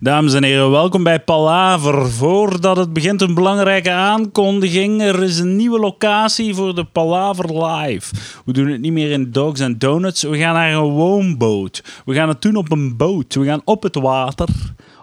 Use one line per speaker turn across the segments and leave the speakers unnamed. Dames en heren, welkom bij Palaver. Voordat het begint een belangrijke aankondiging. Er is een nieuwe locatie voor de Palaver Live. We doen het niet meer in Dogs and Donuts. We gaan naar een woonboot. We gaan het doen op een boot. We gaan op het water.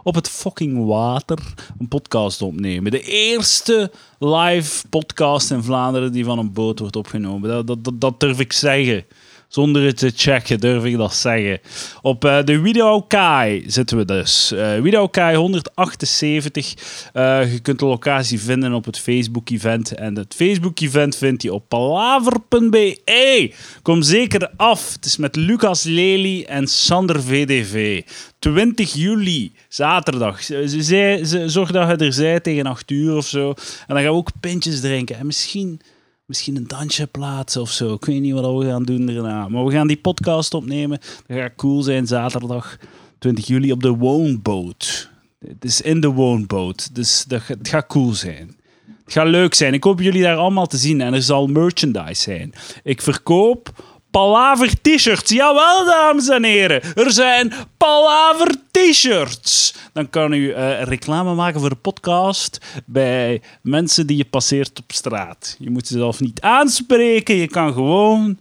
Op het fucking water een podcast opnemen. De eerste live podcast in Vlaanderen die van een boot wordt opgenomen. Dat, dat, dat, dat durf ik zeggen. Zonder het te checken durf ik dat zeggen. Op eh, de Widowkai zitten we dus. Eh Widowkai 178. Eh, je kunt de locatie vinden op het Facebook-event. En het Facebook-event vind je op palaver.be. E. Kom zeker af. Het is met Lucas Lely en Sander VDV. 20 juli, zaterdag. Ze- ze- ze- ze- Zorg dat je er zij tegen 8 uur of zo. En dan gaan we ook pintjes drinken. En misschien misschien een dansje plaatsen of zo. Ik weet niet wat we gaan doen daarna. Maar we gaan die podcast opnemen. Dat gaat cool zijn zaterdag 20 juli op de woonboot. Het is in de woonboot. Dus dat, ga- het gaat cool zijn. Het gaat leuk zijn. Ik hoop jullie daar allemaal te zien. En er zal merchandise zijn. Ik verkoop Palaver t-shirts. Jawel, dames en heren. Er zijn Palaver t-shirts. Dan kan u eh, reclame maken voor de podcast bij mensen die je passeert op straat. Je moet ze zelf niet aanspreken. Je kan gewoon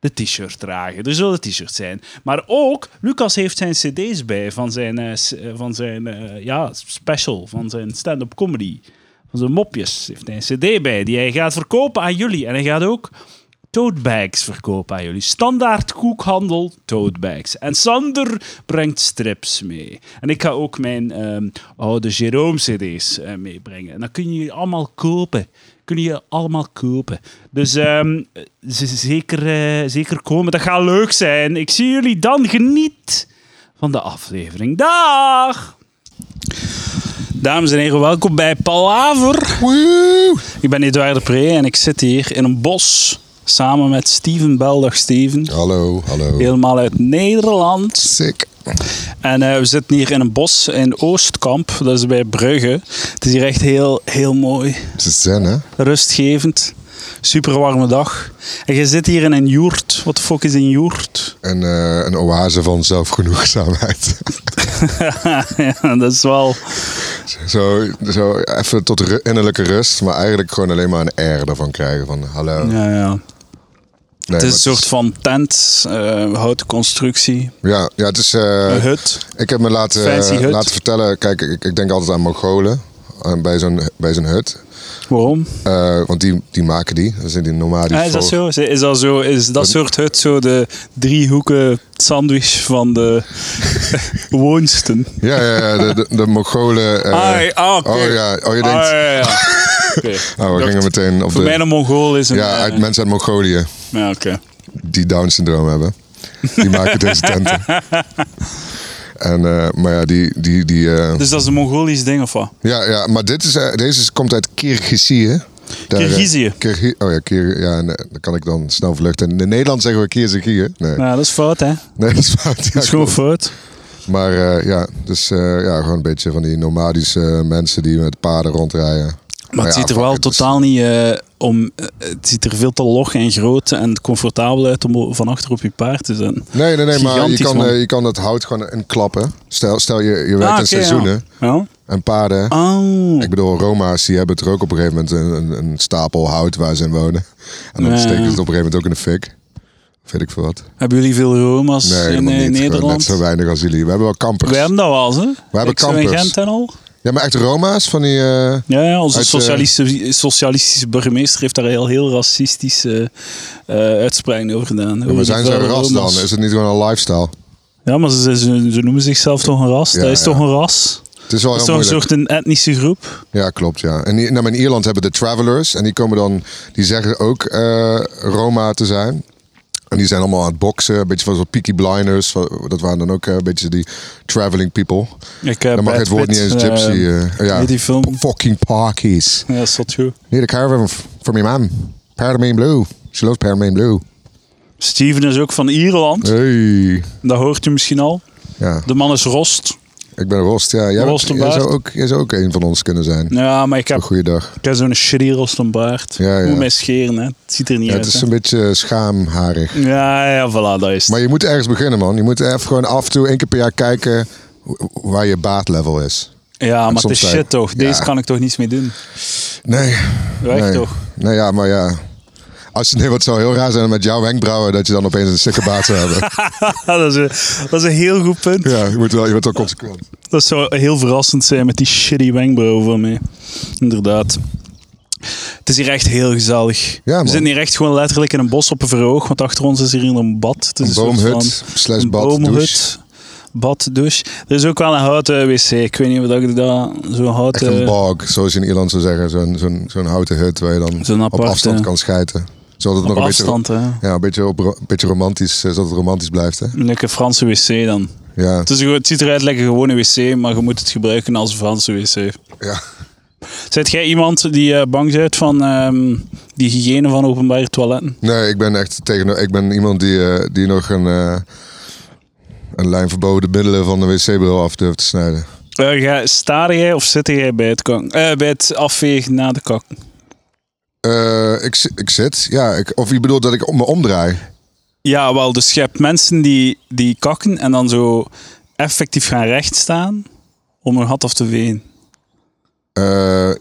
de t-shirt dragen. Er zullen t-shirts zijn. Maar ook, Lucas heeft zijn cd's bij van zijn, eh, s- eh, van zijn eh, ja, special, van zijn stand-up comedy. Van zijn mopjes heeft hij een cd bij die hij gaat verkopen aan jullie. En hij gaat ook totebags verkopen aan jullie. Standaard koekhandel, totebags. En Sander brengt strips mee. En ik ga ook mijn ehm, oude Jerome cd's eh, meebrengen. En dan kun je allemaal kopen. Kun je allemaal kopen. Dus ehm, z- zeker, eh, zeker komen. Dat gaat leuk zijn. Ik zie jullie dan. Geniet van de aflevering. Dag! Dames en heren, welkom bij Palaver. Ik ben Edouard de Pre en ik zit hier in een bos samen met Steven Beldag Steven.
Hallo, hallo.
Helemaal uit Nederland.
Sick.
En eh, we zitten hier in een bos in Oostkamp, dat is bij Brugge. Het is hier echt heel, heel mooi,
Ze zijn, hè?
rustgevend, super warme dag. En je zit hier in een joert. Wat de fuck is een joert?
Een, eh, een oase van zelfgenoegzaamheid.
ja, dat is wel.
zo, zo even tot ru- innerlijke rust, maar eigenlijk gewoon alleen maar een air ervan krijgen. Van hallo. Nee,
Ja, ja.
maar
Het is een soort van tent, eh, houten constructie,
Ja, ja het is... eh,
een hut.
ik heb me laten,
fancy hut.
laten vertellen... Kijk, ik, ik denk altijd aan Mongolen eh, bij zo'n bij zo'n hut.
Waarom?
Eh, want die, die maken die. Dat zijn die nomadische
Ah, is dat
volken.
zo? Is dat, zo, is dat soort hut zo de driehoeken sandwich van de woonsten?
Ja, ja, ja, de, de, de Mongolen... eh,
Ah, ah, oké.
Oh ja, oh je denkt...
Ah, ja, ja. Oké.
Oh, we
Dacht,
gingen meteen op
Voor mij
de...
een Mongool is een...
Ja,
eh,
uit, mensen uit Mongolië.
ja, oké.
die Down-syndroom hebben. Die maken deze tenten. En, eh, maar ja, die... die, die eh,
Dus dat is een Mongolisch ding of wat?
ja, ja, maar dit is, eh, deze is- komt uit Kyrgyzije. Daar, eh,
Kyrgyzije.
Kyrgy- oh ja, Kyr, ja en, eh, dan kan ik dan snel vluchten. In Nederland zeggen we Kyrgyzije. Nee,
Ja, dat is fout, hè? Dat
nee dat is fout. Ja,
is gewoon
klopt.
fout.
maar eh, ja, dus eh, ja, gewoon een beetje van die nomadische eh, mensen die met paarden rondrijden.
Maar het
ja,
ziet er
fuck
wel
it, dus-
totaal niet eh, om... eh, het ziet er veel te log en groot en comfortabel uit om van achter op je paard te zijn.
Nee, nee, nee, maar je
Gigantisch,
kan,
man.
eh, je kan dat hout gewoon inklappen. Stel, stel je, je werkt
Ah,
in
oké, ja.
seizoenen
Ja?
en paarden...
Oh.
Ik bedoel, Roma's die hebben het er ook op een gegeven moment een, een, een stapel hout waar ze in wonen. En dan
Nee.
steken ze het op een gegeven moment ook in de fik. Of Weet ik veel wat.
Hebben jullie veel Roma's
Nee,
in
helemaal
eh,
niet. Gewoon Net
Nederland?
zo weinig als jullie. We hebben wel kampers.
We hebben dat wel eens, hè? We
hebben
in
kampers.
Gent en al.
Ja, maar echt Roma's van die... eh,
Ja, ja onze
Uit, eh,
socialistische, socialistische burgemeester heeft daar heel, heel racistische eh uitspraken over gedaan. Over
maar
die
zijn ze een
vuile
ras dan?
Roma's.
Is het niet gewoon een lifestyle?
Ja, maar ze, ze, ze noemen zichzelf toch een ras?
Ja,
dat is
ja.
toch een ras?
Het is wel
Dat is
heel
toch een
moeilijk.
soort een etnische groep?
Ja, klopt. Ja. En die- nou, maar in Ierland hebben de travelers. En die komen dan... Die zeggen ook eh, Roma te zijn. En die zijn allemaal aan het boksen. Een beetje van zo'n Peaky Blinders. Dat waren dan ook eh, een beetje die traveling people.
Ik, eh, heb
Dan mag je het woord niet eens gypsy. eh, ja.
heet die film?
Fucking parkies.
Ja, is dat goed.
Need a car from, from your mom. Paramount Blue. She loves Paramount Blue.
Steven is ook van Ierland.
Hey.
Dat hoort u misschien al.
Ja,
De man is rost.
ik ben Rost. Ja, jij,
Rost
bent-
en
jij, zou
baard.
ook, jij zou ook een van ons kunnen zijn.
Ja, maar ik heb,
Goeiedag.
ik heb zo'n shitty rost en baard.
Ja, ja.
Moet mij scheren, hè. Het ziet er niet
Ja,
uit,
het is
hè.
een beetje schaamharig.
Ja, ja, voilà, dat is het.
Maar je moet ergens beginnen, man. Je moet even gewoon af en toe één keer per jaar kijken. w- waar je baatlevel is.
Ja, maar het
soms
is
zei-
shit toch. Deze
Ja.
kan ik toch niets mee doen.
Nee.
Weg
nee.
toch?
Nee, ja, maar ja. Als je, nee, wat zou heel raar zijn met jouw wenkbrauwen dat je dan opeens een stikke baat zou hebben.
dat, is een, dat is een heel goed punt.
Ja, je, wordt wel, je wordt wel consequent.
Dat zou heel verrassend zijn met die shitty wenkbrauwen van mij. Inderdaad. Het is hier echt heel gezellig.
Ja, man.
We zitten hier echt gewoon letterlijk in een bos op een verhoog, want achter ons is hier een bad. Het is
Een
soort
boomhut slash
een
bad,
boomhut,
douche.
bad, douche. Er is ook wel een houten wc. Ik weet niet of dat ik daar zo'n
Echt een
houten...
bog, zoals je in Ierland zou zeggen. Zo'n zo'n zo'n houten hut waar je dan
Zo'n
op
aparte-
afstand kan schijten. Zodat het
Op
nog een
afstand, hè.
beetje... Ja, een beetje, op, een beetje romantisch, eh, zodat het romantisch blijft, hè?
Een lekker Franse wc dan.
Ja.
Het, is, gewoon- het ziet eruit lekker gewone wc, maar je moet het gebruiken als een Franse wc.
ja.
Zet jij iemand die eh, bang bent van ehm, die hygiëne van openbare toiletten?
Nee, ik ben echt tegen. Ik ben iemand die, eh, die nog een, eh, een lijn verboden middelen van de wc-bril af durft te snijden.
Eh, ga, sta jij of zit jij bij het, kank, eh, bij het afvegen na de kak?
Eh, ik, zi- ik zit, ja. Ik, of je bedoelt dat ik om- me omdraai?
Ja, wel, dus je hebt mensen die, die kakken en dan zo effectief gaan rechtstaan om hun gat af te veen.
Eh,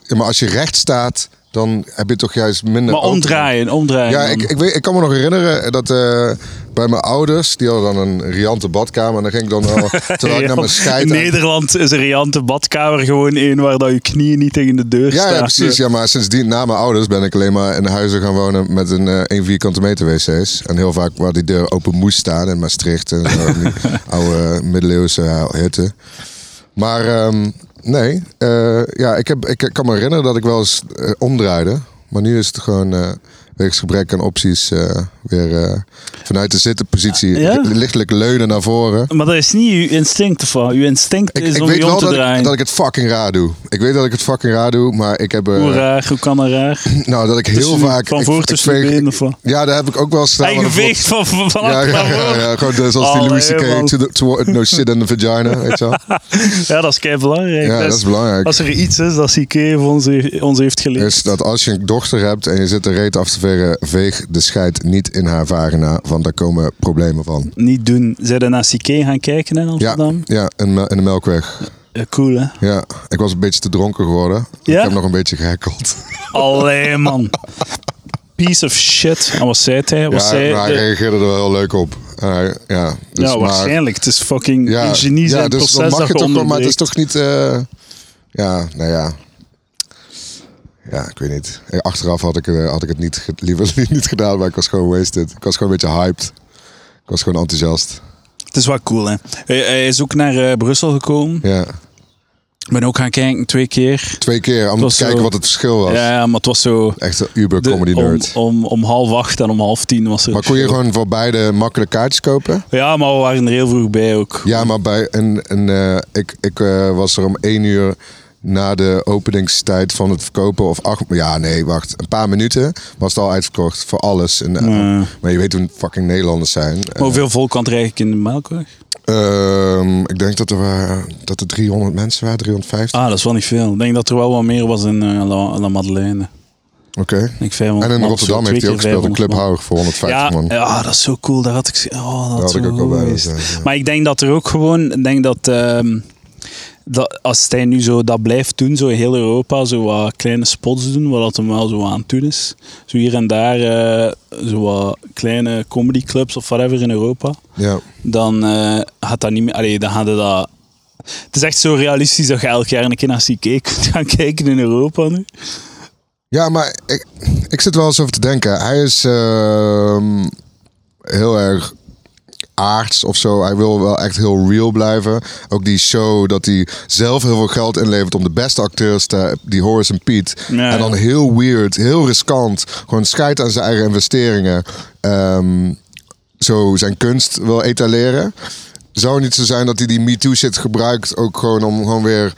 ja, maar als je recht staat, dan heb je toch juist minder...
Maar
open-
omdraaien, omdraaien.
Ja,
dan.
ik, ik, weet, ik kan me nog herinneren dat eh, bij mijn ouders, die hadden dan een riante badkamer. En dan ging ik dan wel, terwijl ik naar mijn
In
scheid... aan-
Nederland is een riante badkamer gewoon één waar dat je knieën niet tegen de deur
Ja,
staan.
ja, precies. Ja, maar sindsdien, na mijn ouders, ben ik alleen maar in huizen gaan wonen met een eh 1 vierkante meter wc's. En heel vaak waar die deur open moest staan in Maastricht en zo, die oude middeleeuwse eh, hutten. Maar ehm, nee, eh, ja, ik, heb, ik kan me herinneren dat ik wel eens eh, omdraaide. Maar nu is het gewoon eh wegens gebrek aan opties eh, weer eh, vanuit de zittenpositie
Ja?
li- lichtelijk leunen naar voren.
Maar dat is niet je instinct of wat? Je instinct
Ik,
is
ik
om
weet
je om
wel
te
dat ik,
draaien.
dat ik het fucking raar doe. Ik weet dat ik het fucking raar doe, maar ik heb... eh,
Hoe raar, hoe kan dat raar?
Nou, dat ik heel
Tussen-
vaak...
Dus van
ik-
voor
ik
tussen de
veeg-
benen of wat?
Ja, daar heb ik ook wel staan.
Hij geveegd van, van, van
Ja, ja, ja, ja, gewoon eh, zoals die Louis
Allee, man.
C.K. to the- toward- No shit in the vagina, weet je wel.
Ja, dat is kei belangrijk.
Ja, dat is belangrijk.
Als er iets is dat Sique ons, heeft- ons heeft geleerd.
Is Dus dat als je een dochter hebt en je zit de reet af te vegen, veeg de scheid niet in haar vagina, want daar komen problemen van.
Niet doen. Zijn er naar Sique gaan kijken in
Ja,
Amsterdam?
ja in, me- in de melkweg.
Ja, cool, hè?
Ja, ik was een beetje te dronken geworden.
Ja?
Ik heb nog een beetje gehackeld.
Allee, man. Piece of shit. En wat zei hij? Wat
Ja,
zei eh,
maar hij
de-
reageerde er wel heel leuk op. En hij- ja, dus,
ja,
maar-
waarschijnlijk. Het is fucking een genie zijn
ja, dus dan
proces
mag
dat
je
je
toch wel, maar het is
onderbreekt.
toch niet. eh, ja, nou ja. Ja, ik weet niet. Eh, Achteraf had ik, eh, had ik het niet, ge- liever niet gedaan, maar ik was gewoon wasted. Ik was gewoon een beetje hyped. Ik was gewoon enthousiast.
Het is wel cool, hè? Hij, hij is ook naar eh, Brussel gekomen.
Ja.
Ik ben ook gaan kijken twee keer.
Twee keer, om
was
te kijken
zo-
wat het verschil was.
Ja, ja, maar het was zo...
Echt een uber
de-
comedy
om,
nerd.
om, om half acht en om half tien was er...
Maar kon je gewoon voor beide makkelijk kaartjes kopen?
Ja, maar we waren er heel vroeg bij ook.
Ja, maar bij een, een, eh, ik, ik eh, was er om één uur na de openingstijd van het verkopen of acht... Ja, nee, wacht. Een paar minuten was het al uitverkocht voor alles. En, eh,
Nee.
Maar je weet hoe fucking Nederlanders zijn.
Maar hoeveel volk kan er eigenlijk in de melkweg?
Ehm, ik denk dat er, waren- dat er 300 mensen waren, 350.
Ah, dat is wel niet veel. Ik denk dat er wel wat meer was in eh, La, La Madeleine.
Oké.
Ah. Ik denk 500
En in
man,
Rotterdam
zo
heeft
twee
hij ook
keer
gespeeld.
500
Een club
man.
Houwer voor 150 man.
Ja, eh. ja, dat is zo cool. Daar had ik, z- oh, dat
had
zo
ik ook al bij,
geweest.
dat is, eh,
Maar ik denk dat er ook gewoon, ik denk dat, ehm, dat als hij nu zo dat blijft doen, zo heel Europa, zo wat kleine spots doen, wat dat hem wel zo aan het doen is. Zo hier en daar, eh, zo wat kleine comedyclubs of whatever in Europa.
Ja.
dan eh, gaat dat niet meer. Allee, dan gaat het dat. Het is echt zo realistisch dat je elk jaar een keer naar CK kunt gaan kijken in Europa nu.
Ja, maar ik, ik zit wel eens over te denken. Hij is ehm, heel erg aards of zo. Hij wil wel echt heel real blijven. Ook die show dat hij zelf heel veel geld inlevert om de beste acteurs te... Die Horace en Pete.
Ja,
en dan
ja.
heel weird, heel riskant. Gewoon scheidt aan zijn eigen investeringen. Ehm, zo zijn kunst wil etaleren. Zou het niet zo zijn dat hij die MeToo shit gebruikt ook gewoon om gewoon weer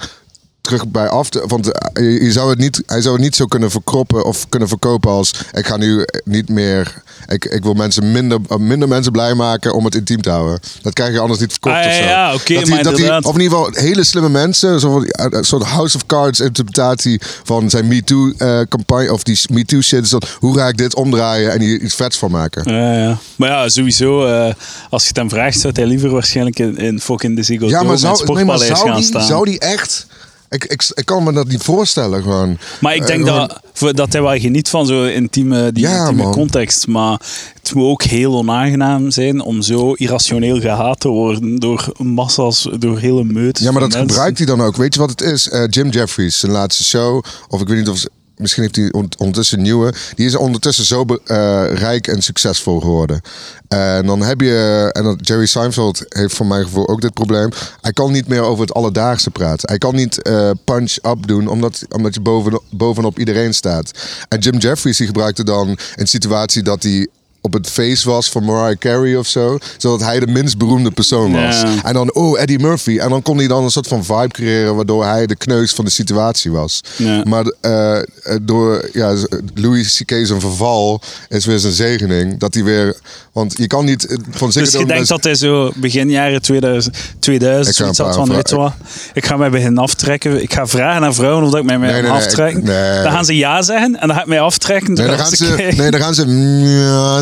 terug bij af. te- Want eh, je je zou het niet, hij zou het niet zo kunnen verkroppen of kunnen verkopen als... Ik ga nu niet meer... Ik, ik wil mensen minder, eh, minder mensen blij maken om het intiem te houden. Dat krijg je anders niet verkocht
Ah,
of
ja,
zo.
ja, oké,
Dat die-
maar
dat die-
inderdaad.
Of in ieder geval hele slimme mensen. Zo van, eh, Een soort House of Cards interpretatie van zijn MeToo-campagne... of die MeToo-shit. Dus dat, hoe ga ik dit omdraaien en hier iets vets van maken?
Ja, ja. Maar ja, sowieso, eh, als je het hem vraagt, zou hij liever waarschijnlijk in, in fucking de Ziggo
Ja,
Dome
maar
in het
zou, nee, maar
Sportpaleis
zou,
gaan
die,
staan.
zou die echt... Ik, ik, ik kan me dat niet voorstellen gewoon.
Maar ik
Eh,
denk
gewoon-
dat, voor- dat hij wel geniet van zo'n intieme, die
Ja,
intieme
man.
context. Maar het moet ook heel onaangenaam zijn om zo irrationeel gehaat te worden door massa's, door hele meutes.
Ja, maar
van
dat
mensen.
gebruikt hij dan ook. Weet je wat het is? Eh, Jim Jeffries, zijn laatste show. Of ik weet niet of... ze- Misschien heeft hij on- ondertussen een nieuwe. Die is ondertussen zo be- eh, rijk en succesvol geworden. Eh, En dan heb je... eh, En dan Jerry Seinfeld heeft voor mijn gevoel ook dit probleem. Hij kan niet meer over het alledaagse praten. Hij kan niet eh, punch-up doen, omdat, omdat je boven, bovenop iedereen staat. En Jim Jeffries die gebruikte dan een situatie dat hij op het feest was van Mariah Carey of zo. Zodat hij de minst beroemde persoon was.
Ja.
En dan, oh, Eddie Murphy. En dan kon hij dan een soort van vibe creëren... waardoor hij de kneus van de situatie was.
Ja.
Maar eh, eh, door ja, Louis C.K. zijn verval is weer zijn zegening. Dat hij weer... Want je kan niet eh, van
Dus je
Ziggo Dome
denkt
naar-
dat hij zo begin jaren 2000, 2000
Ik ga
zoiets
een
had
paar
van, weet je wat, ik ga mij beginnen aftrekken. Ik ga vragen aan vrouwen of dat ik mij
Nee,
mij
nee,
mag
nee,
aftrekken.
nee.
Dan gaan ze ja zeggen en dan ga ik mij aftrekken.
Nee, dan
terwijl
gaan ze...
kijken.
Nee, dan gaan ze... "Nja"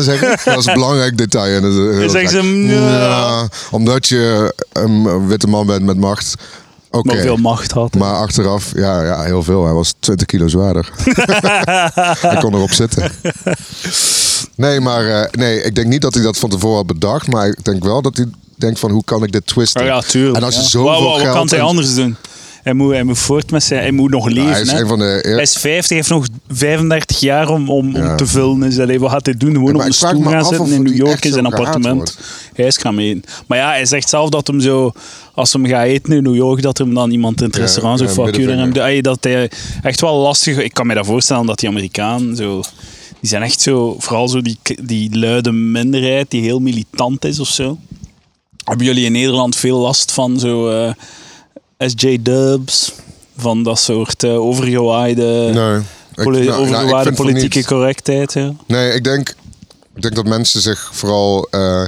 zeggen. Dat is een belangrijk detail. En
Dan zeggen ze, "Nja."
Omdat je een witte man bent met macht... Oké.
Maar veel macht had.
Maar achteraf, ja, ja, heel veel. Hij was 20 kilo zwaarder. hij kon erop zitten. Nee, maar eh, nee, ik denk niet dat hij dat van tevoren had bedacht. Maar ik denk wel dat hij denkt van hoe kan ik dit twisten.
Maar ja, tuurlijk.
en als je
ja.
zoveel
Wauw, wauw,
geld...
Wat kan hij
en-
anders doen? Hij moet, hij moet voort met zijn... Hij moet nog leven.
hij is
hè.
een van de...
Hij is 50, heeft nog 35 jaar om, om,
Ja.
om te vullen. Is dat, hey, wat gaat hij doen?
Ja,
Gewoon
maar
op een
ik vraag
stoel
me
gaan
af of
zitten in New
die
York
echt
in
zo
zijn
gehaat
appartement. Hij is gaan mee. Maar ja, hij zegt zelf dat hem zo... Als hem gaat eten in New York, dat hem dan iemand in het
Ja,
restaurant
ja,
zegt, fuck you. dan
middenvinger.
hem de- hey, Dat hij echt wel lastig... Ik kan me dat voorstellen, dat die Amerikanen zo... Die zijn echt zo... Vooral zo die, die luide minderheid, die heel militant is of zo. Hebben jullie in Nederland veel last van zo eh, SJ-dubs? Van dat soort eh, overgewaaide,
Nee, ik-
poli-
nou, nou, ik
overgewaaide
vind van
politieke
niet.
correctheid? Ja.
Nee, ik denk, ik denk dat mensen zich vooral. eh,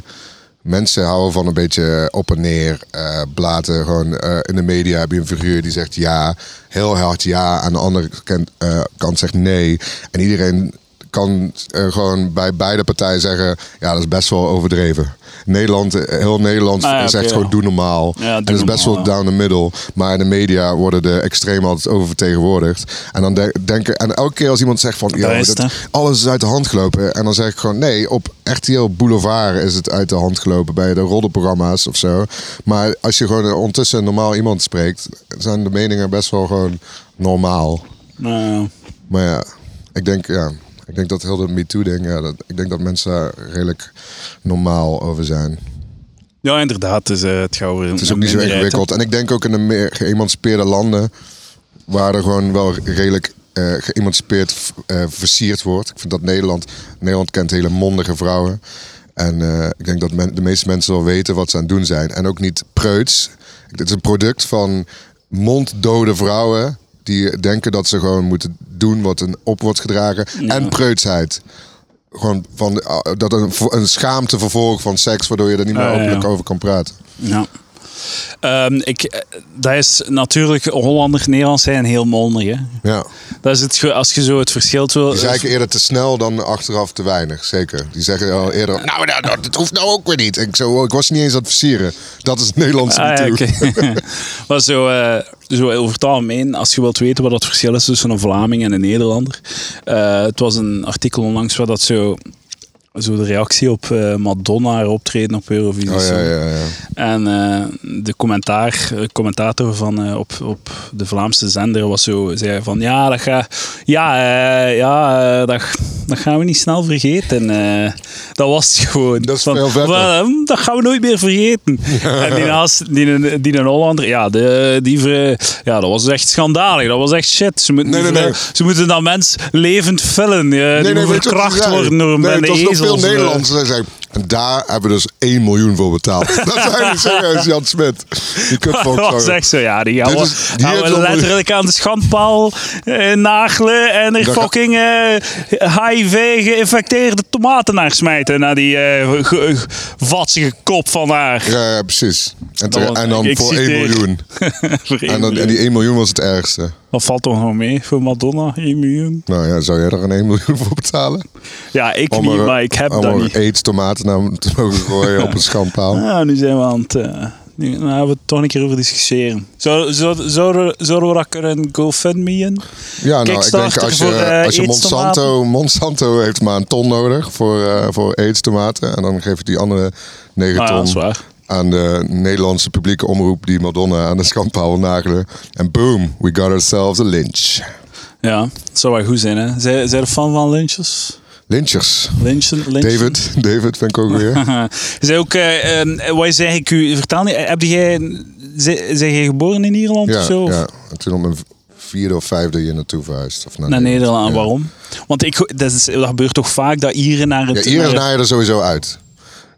mensen houden van een beetje op en neer eh, blaten. Gewoon eh, in de media heb je een figuur die zegt ja, heel hard ja. Aan de andere kant, eh, kant zegt nee. En iedereen kan eh, gewoon bij beide partijen zeggen: ja, dat is best wel overdreven. Nederland, eh, heel Nederland
Ah, ja,
zegt
oké,
gewoon
ja.
doe normaal.
doe
en dat is best
normaal,
wel
ja.
down the middle. Maar in de media worden de extremen altijd oververtegenwoordigd. En dan de- denken, en elke keer als iemand zegt van
Daar
ja,
is
dat,
het, hè.
alles is uit de hand gelopen. En dan zeg ik gewoon, nee, op RTL Boulevard is het uit de hand gelopen bij de roddelprogramma's of zo. Maar als je gewoon ondertussen normaal iemand spreekt, zijn de meningen best wel gewoon normaal.
Nou,
Maar ja, ik denk, ja, ik denk dat heel dat MeToo-ding, ja, dat, ik denk dat mensen daar redelijk normaal over zijn.
ja, inderdaad. Dus, eh, het, gaat over
Het is ook niet zo ingewikkeld. En ik denk ook in de meer geëmancipeerde landen, waar er gewoon wel redelijk eh geëmancipeerd v- eh, versierd wordt. Ik vind dat Nederland, Nederland kent hele mondige vrouwen. En eh, ik denk dat men- de meeste mensen wel weten wat ze aan het doen zijn. En ook niet preuts. Dit is een product van monddode vrouwen. Die denken dat ze gewoon moeten doen wat een op wordt gedragen. En preutsheid. Gewoon van, ah, dat een, een schaamte vervolg van seks, waardoor je er niet meer
Ah, ja, ja.
openlijk over kan praten.
Ja. Ehm, ik, eh, dat is natuurlijk, Hollanders, Nederlands zijn heel mondig. Hè?
Ja.
Dat is het, ge- als je zo het verschil wil...
Die zeggen eerder te snel dan achteraf te weinig, zeker. Die zeggen al eerder, nou, nou, nou, dat hoeft nou ook weer niet. Ik, zo, ik was niet eens aan het versieren. Dat is het Nederlandse
Ah, ja,
natuurlijk.
oké. maar zo, eh, zo over het algemeen, als je wilt weten wat het verschil is tussen een Vlaming en een Nederlander. eh, het was een artikel onlangs waar dat zo, zo de reactie op eh, Madonna haar optreden op Eurovisie.
Oh, ja,
stond.
ja, ja.
En eh, de commentaar, eh, commentator van, eh, op, op de Vlaamse zender was zo, zei van ja, dat, ga, ja, eh, ja eh, dat, dat gaan we niet snel vergeten. Eh, dat was het gewoon.
Dat is
van,
veel vetter.
"Wel, hm, dat gaan we nooit meer vergeten. En die, naast, die, die een Hollander, ja, de, die, vre- ja, dat was echt schandalig. Dat was echt shit. Ze moeten,
Nee,
die
nee,
vre-
nee.
ze moeten dat mens levend vullen. eh die moet
weet je wat ze
verkracht
zeiden?
worden door een
nee,
bende
Het was nog
ezels.
veel
eh.
Nederlands. Ze zeiden, En daar hebben we dus 1 miljoen voor betaald. dat is eigenlijk serieus eh, Jan Smit. Die
Dat was
kutvolkszanger.
echt zo, ja. Die
Dit
houden
is- die
houden
heeft allemaal-
letterlijk aan de schandpaal eh, nagelen en er
Dat-
fucking eh, HIV-geïnfecteerde tomaten naar smijten. Naar die eh, ge- ge- vatsige kop van haar.
Ja, ja, precies. En, te-
Dan-
en dan
ik- ik
voor 1
citeer.
miljoen.
Voor één
En, dan, en
miljoen.
die 1 miljoen was het ergste.
Wat valt toch nog mee voor Madonna? 1 miljoen?
Nou ja, zou jij daar een 1 miljoen voor betalen?
Ja, ik
Om
niet,
er-
maar ik heb
om
dat
er
niet.
aids tomaten naar te mogen gooien op een schandpaal.
Nou, nu zijn we aan het... eh, nu nou, hebben we het toch een keer over discussiëren. Zou- zou- Zouden zouden we dat kunnen GoFundMe'en?
Ja, nou, ik denk
Kickstarter
als
voor,
je,
eh,
als je
aids-tomaten.
Monsanto, Monsanto heeft maar een ton nodig voor, eh, voor aids tomaten. En dan geef je die andere 9
Ah, ja, dat is
ton
waar.
aan de Nederlandse publieke omroep die Madonna aan de schandpaal wil nagelen. En boom, we got ourselves a lynch.
Ja, het zou wel goed zijn, hè? Zij- Zijn er fan van lynchers?
Lynchers.
Lynchen? lynchen?
David, David vind ik ook weer.
Haha. Zij ook, eh, eh, wat zeg ik u, vertel niet, heb jij, zijn jij geboren in Ierland of
Ja,
zo?
ja. En toen op mijn vierde of vijfde hier naartoe verhuisd. Of
Naar Nederland,
Ja.
waarom? Want ik, dat, is, dat gebeurt toch vaak, dat Ieren naar het... eh,
Ja, Ieren
naar-
naaien er sowieso uit.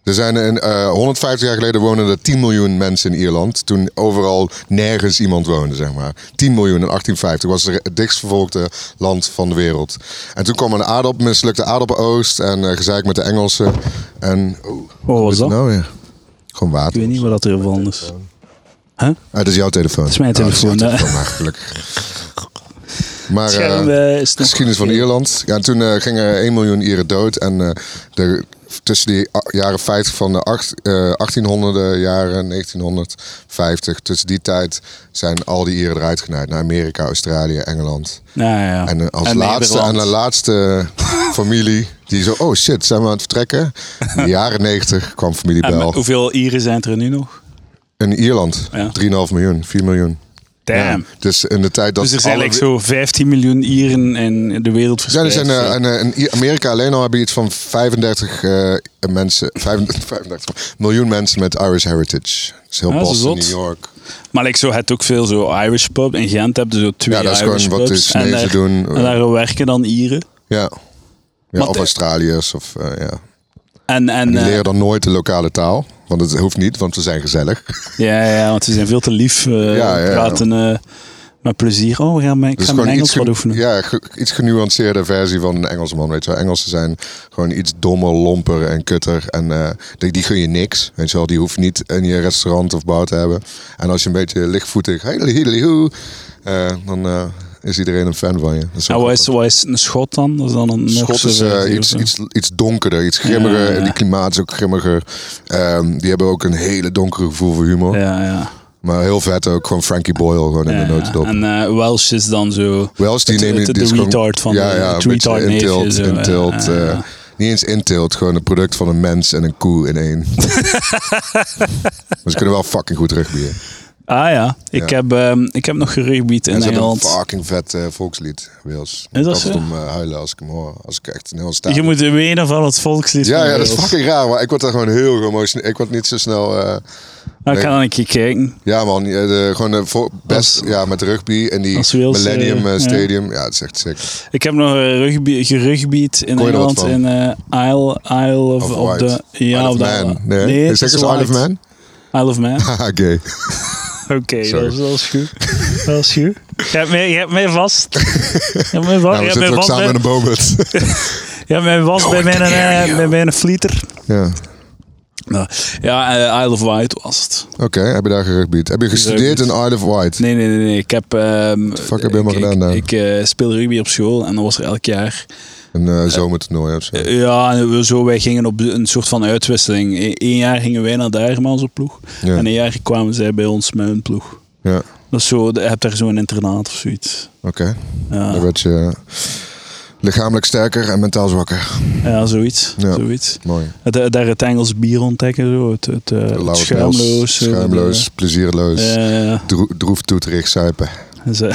Er zijn in, eh, 150 jaar geleden woonden er 10 miljoen mensen in Ierland. Toen overal nergens iemand woonde, zeg maar. 10 miljoen in 1850 was er het dichtstvervolgde land van de wereld. En toen kwam een aardappel, mislukte aardappeloogst en eh, gezeik met de Engelsen. En, oh,
Wat was dat?
nou ja, gewoon
Ik
water.
weet niet wat dat er van is.
Ah, dat is jouw telefoon. Dat
is mijn telefoon,
dat is
hè.
jouw telefoon, maar gelukkig. Maar, eh,
Scherm, eh, is nog-
Geschiedenis van Ierland. Ja, en toen eh, gingen 1 miljoen Ieren dood. En eh, de, tussen die a- jaren 50 van de acht, eh, 1800 jaren, 1950, tussen die tijd zijn al die Ieren eruit genaaid. Naar Amerika, Australië, Engeland.
Nou, ja, ja.
En eh, als laatste, en
Nederland.
de laatste familie die zo, oh shit, zijn we aan het vertrekken? In de jaren 90 kwam familie
En
Bel.
hoeveel Ieren zijn er nu nog?
In Ierland,
Ja.
3,5 miljoen, 4 miljoen.
Damn.
Ja, dus in de tijd dat...
Dus er zijn
alle-
like zo 15 miljoen Ieren in de wereld
Ja, er
verspreid.
zijn, eh, en, eh, in I- Amerika alleen al hebben iets van 35, eh, mensen, 35, 35 miljoen mensen met Irish heritage. Dus heel
Ja, dat is
Boston,
zot.
New York.
Maar like, zo het ook veel zo Irish pub. In Gent heb je zo twee
Ja, dat is
Irish
gewoon wat de
pubs. en,
Chinezen
daar,
doen.
en daar werken dan Ieren.
Ja. ja
Want,
of
eh,
Australiërs. Of, eh, ja.
En, en,
Die
eh,
leren dan nooit de lokale taal. Want het hoeft niet, want we zijn gezellig.
ja, ja, want ze zijn veel te lief. eh,
ja, ja.
praten eh, met plezier. Oh, we gaan mijn, ik
Dus
ga mijn
gewoon iets,
Engels wat
ge-
oefenen.
ja, ge- iets genuanceerde versie van een Engelsman. Weet je wel. Engelsen zijn gewoon iets dommer, lomper en kutter. En eh, die, die gun je niks. Weet je wel. Die hoeft niet in je restaurant of bar te hebben. En als je een beetje lichtvoetig... Hey, dan eh, is iedereen een fan van je. Dat is
En
ook
wat
grappig.
Nou, is, wat is een schot dan? Dat is dan een
Schot
Noorse
is eh,
versie of
iets,
zo.
iets, iets donkerder, iets grimmiger.
Ja, ja.
En die klimaat is ook grimmiger. Ehm, die hebben ook een hele donkere gevoel voor humor.
Ja, ja.
Maar heel vet ook. Gewoon Frankie Boyle gewoon in
ja,
de notendop.
En eh, Welsh is dan zo...
Wells, die
Het-
nemen
het-
die
de
is gewoon-
retard van
ja,
de-
ja,
het
een beetje
retard
intilt,
neefje, zo,
intilt,
ja, ja,
eh,
ja.
Niet eens intilt, gewoon het product van een mens en een koe in één. maar ze kunnen wel fucking goed rugbieren.
Ah ja, ik,
Ja.
Heb, ehm, ik heb nog gerugbied
En
in
ze hebben een
Engeland.
fucking vet eh, volkslied, Wales.
Is
Ik
dat
altijd
zo?
om eh, huilen als ik hem hoor. Als ik echt een heel
Je
staat.
moet wenen van het volkslied
Ja,
van
ja, dat is
Wales.
fucking raar, maar ik word daar gewoon heel geëmotioneerd. Ik word niet zo snel... eh,
Nou, ik ga dan een keer kijken.
ja man, eh, de, gewoon de vo- best
Als-
ja, met rugby en die
als Wales,
Millennium
eh,
eh,
ja.
Stadium. Ja, het is echt sick.
Ik heb nog eh, rugby, gerugbied in
Kon je er wat
Engeland
van?
in eh, Isle, Isle of,
Of,
of
White.
the... Ja,
Isle
of
of
the-
Man.
Nee,
Nee,
het
zeg
is
eens Isle of
White.
Man.
Isle of Man.
Haha, gay.
Oké, dat,
Sorry.
is- dat is goed. Dat is goed. Je hebt mij, je hebt mij vast. Je hebt mij vast, je hebt
Ja, Nou, we
mij
zitten ook
vast,
samen
bij,
in Oh, een boomhut.
je hebt mij vast bij, mijn, eh, bij mijn flieter.
ja.
Nou, Ja, eh, Isle of Wight was het.
Oké, heb je daar gerugbied? Heb je gestudeerd in Isle of Wight?
Nee, nee, nee. nee. Ik heb... ehm
fuck heb je allemaal
ik-
gedaan
ik-
daar?
Ik, eh, speel rugby op school en dan was er elk jaar...
Een eh, zomertoernooi of zo?
Ja, en we- zo, wij gingen op een soort van uitwisseling. E- Eén jaar gingen wij naar daar met onze ploeg.
Ja.
En een jaar kwamen zij bij ons met hun ploeg.
Ja,
Dat is zo, je hebt daar zo'n internaat of zoiets.
oké. Dan
Ja,
werd je eh, lichamelijk sterker en mentaal zwakker.
ja zoiets.
Ja.
zoiets.
Mooi.
Het, eh, daar het Engels bier ontdekken, zo. het, het, eh, het
Lauwe pils,
schuimloos. eh,
Schuimloos, plezierloos,
eh, eh,
droe- droeftoeterig zuipen.
dus, eh,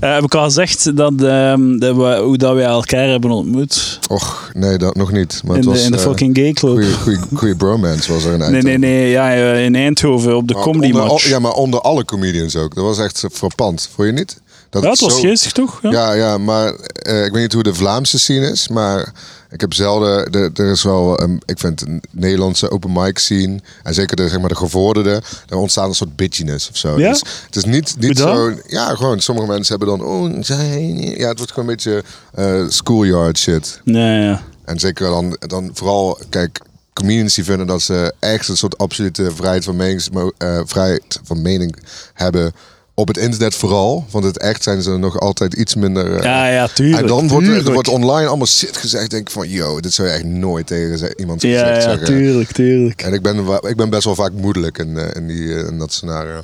eh, heb ik al gezegd dat, ehm, dat we, hoe dat wij elkaar hebben ontmoet?
Och, nee, dat nog niet.
In
Maar het
de,
was
in de
eh,
fucking gay club.
goeie- goeie- Goeie bromance was er in
nee,
Eindhoven.
nee, nee. Ja, eh, in Eindhoven op de
Maar
comedy
Oh, onder al-
match.
Ja, maar onder alle comedians ook. Dat was echt frappant, vond je niet? Dat
Ja, het was
zo-
geestig toch? Ja.
Ja, ja, maar eh, ik weet niet hoe de Vlaamse scene is, maar ik heb zelden, de- er is wel, een, ik vind een Nederlandse open mic scene, en zeker de, zeg maar, de gevorderde, daar ontstaat een soort bitchiness of zo.
Ja?
Dus het is niet, niet
Hoe dan?
zo, ja, gewoon, sommige mensen hebben dan, oh, zij- ja, het wordt gewoon een beetje eh, schoolyard shit.
Nee, ja.
En zeker dan, dan vooral, kijk, comedians die vinden dat ze echt een soort absolute vrijheid van, menings, eh, vrijheid van mening hebben. Op het internet vooral, want het echt zijn ze nog altijd iets minder... eh,
Ja, ja, tuurlijk.
en dan wordt, er
tuurlijk.
wordt online allemaal shit gezegd. Denk ik van, yo, dit zou je echt nooit tegen ze- iemand
Ja,
gezegd
ja,
zeggen. eh,
tuurlijk, tuurlijk.
En ik ben, wa- ik ben best wel vaak moedelijk in, eh, in, die, eh, in dat scenario.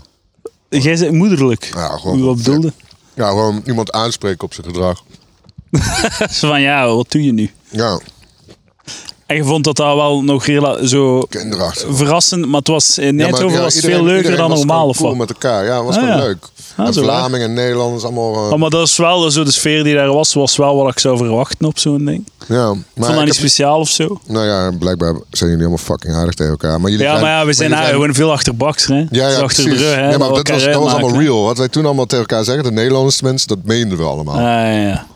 Jij bent moederlijk.
eh, Ja, gewoon-
Wat bedoelde?
Ja, gewoon iemand aanspreken op zijn gedrag.
Ze van, ja, wat doe je nu?
Ja,
En je vond dat dat wel nog rela- zo
kinderachtig.
verrassend, maar het was in
Ja, maar
Eindhoven
ja,
was het
iedereen-
veel leuker
iedereen
dan
was
normaal.
gewoon
Of
cool
wat?
met elkaar. Ja, het was
Ah,
gewoon
ja.
leuk.
Ah,
en
zo waar.
Vlamingen en Nederlanders allemaal... eh,
Oh, maar dat is wel zo, de sfeer die daar was, was wel wat ik zou verwachten op zo'n ding.
ja,
Ik
maar
vond dat
ik
niet
heb-
speciaal of zo.
nou ja, blijkbaar zijn jullie allemaal fucking aardig tegen elkaar. Maar jullie
Ja,
zijn,
maar ja, we zijn,
jullie
eigenlijk gewoon veel achter baks, hè.
Ja,
Dus
ja,
achter
precies.
de rug, hè.
ja,
dat
maar dat was,
elkaar
dat was allemaal
uitmaken, hè.
real. Wat wij toen allemaal tegen elkaar zeggen, de Nederlandse mensen, dat meenden we allemaal.
Ah, ja, ja.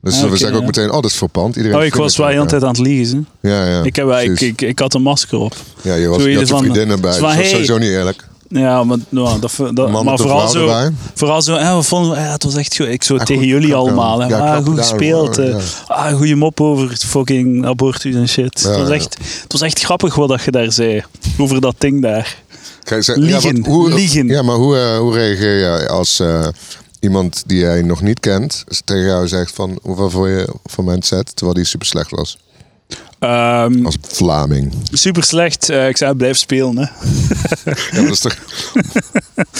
Dus
Ah,
we
oké,
zeggen ook
ja.
meteen, oh, dat is verpand. Iedereen
Oh, ik was wel de hele tijd aan het liegen, hè.
Ja, ja.
Ik, heb, wel- ik,
precies.
ik, ik had een masker op.
ja, je was
Zo
je had je
ieder van-
vriendinnen bij.
Zo
Dus
van,
dat is
hey.
sowieso niet eerlijk.
Ja, maar, nou, dat, dat,
Man
maar
met een
vooral
vrouw
zo,
erbij. Ah,
vooral zo, hè, we vonden, ja, het was echt goed. Ik zo tegen
goed,
jullie
knap, ja.
allemaal. Hè,
Ja,
ah,
knap
goed
gedaan,
gespeeld.
hoor,
eh. Ah, goede mop over het fucking abortus en shit.
Ja,
het, was
ja.
echt, het was echt grappig wat dat je daar zei. Over dat ding daar.
Kijk, ze-
Liegen,
wat- hoe,
liegen.
Ja, maar hoe, eh, hoe reageer jij als eh, iemand die jij nog niet kent tegen jou zegt van hoeveel voor je van mijn set, terwijl die super slecht was?
Ehm,
Als Vlaming.
super slecht. Eh, ik zei, blijf spelen. Hè.
Ja, maar dat is toch...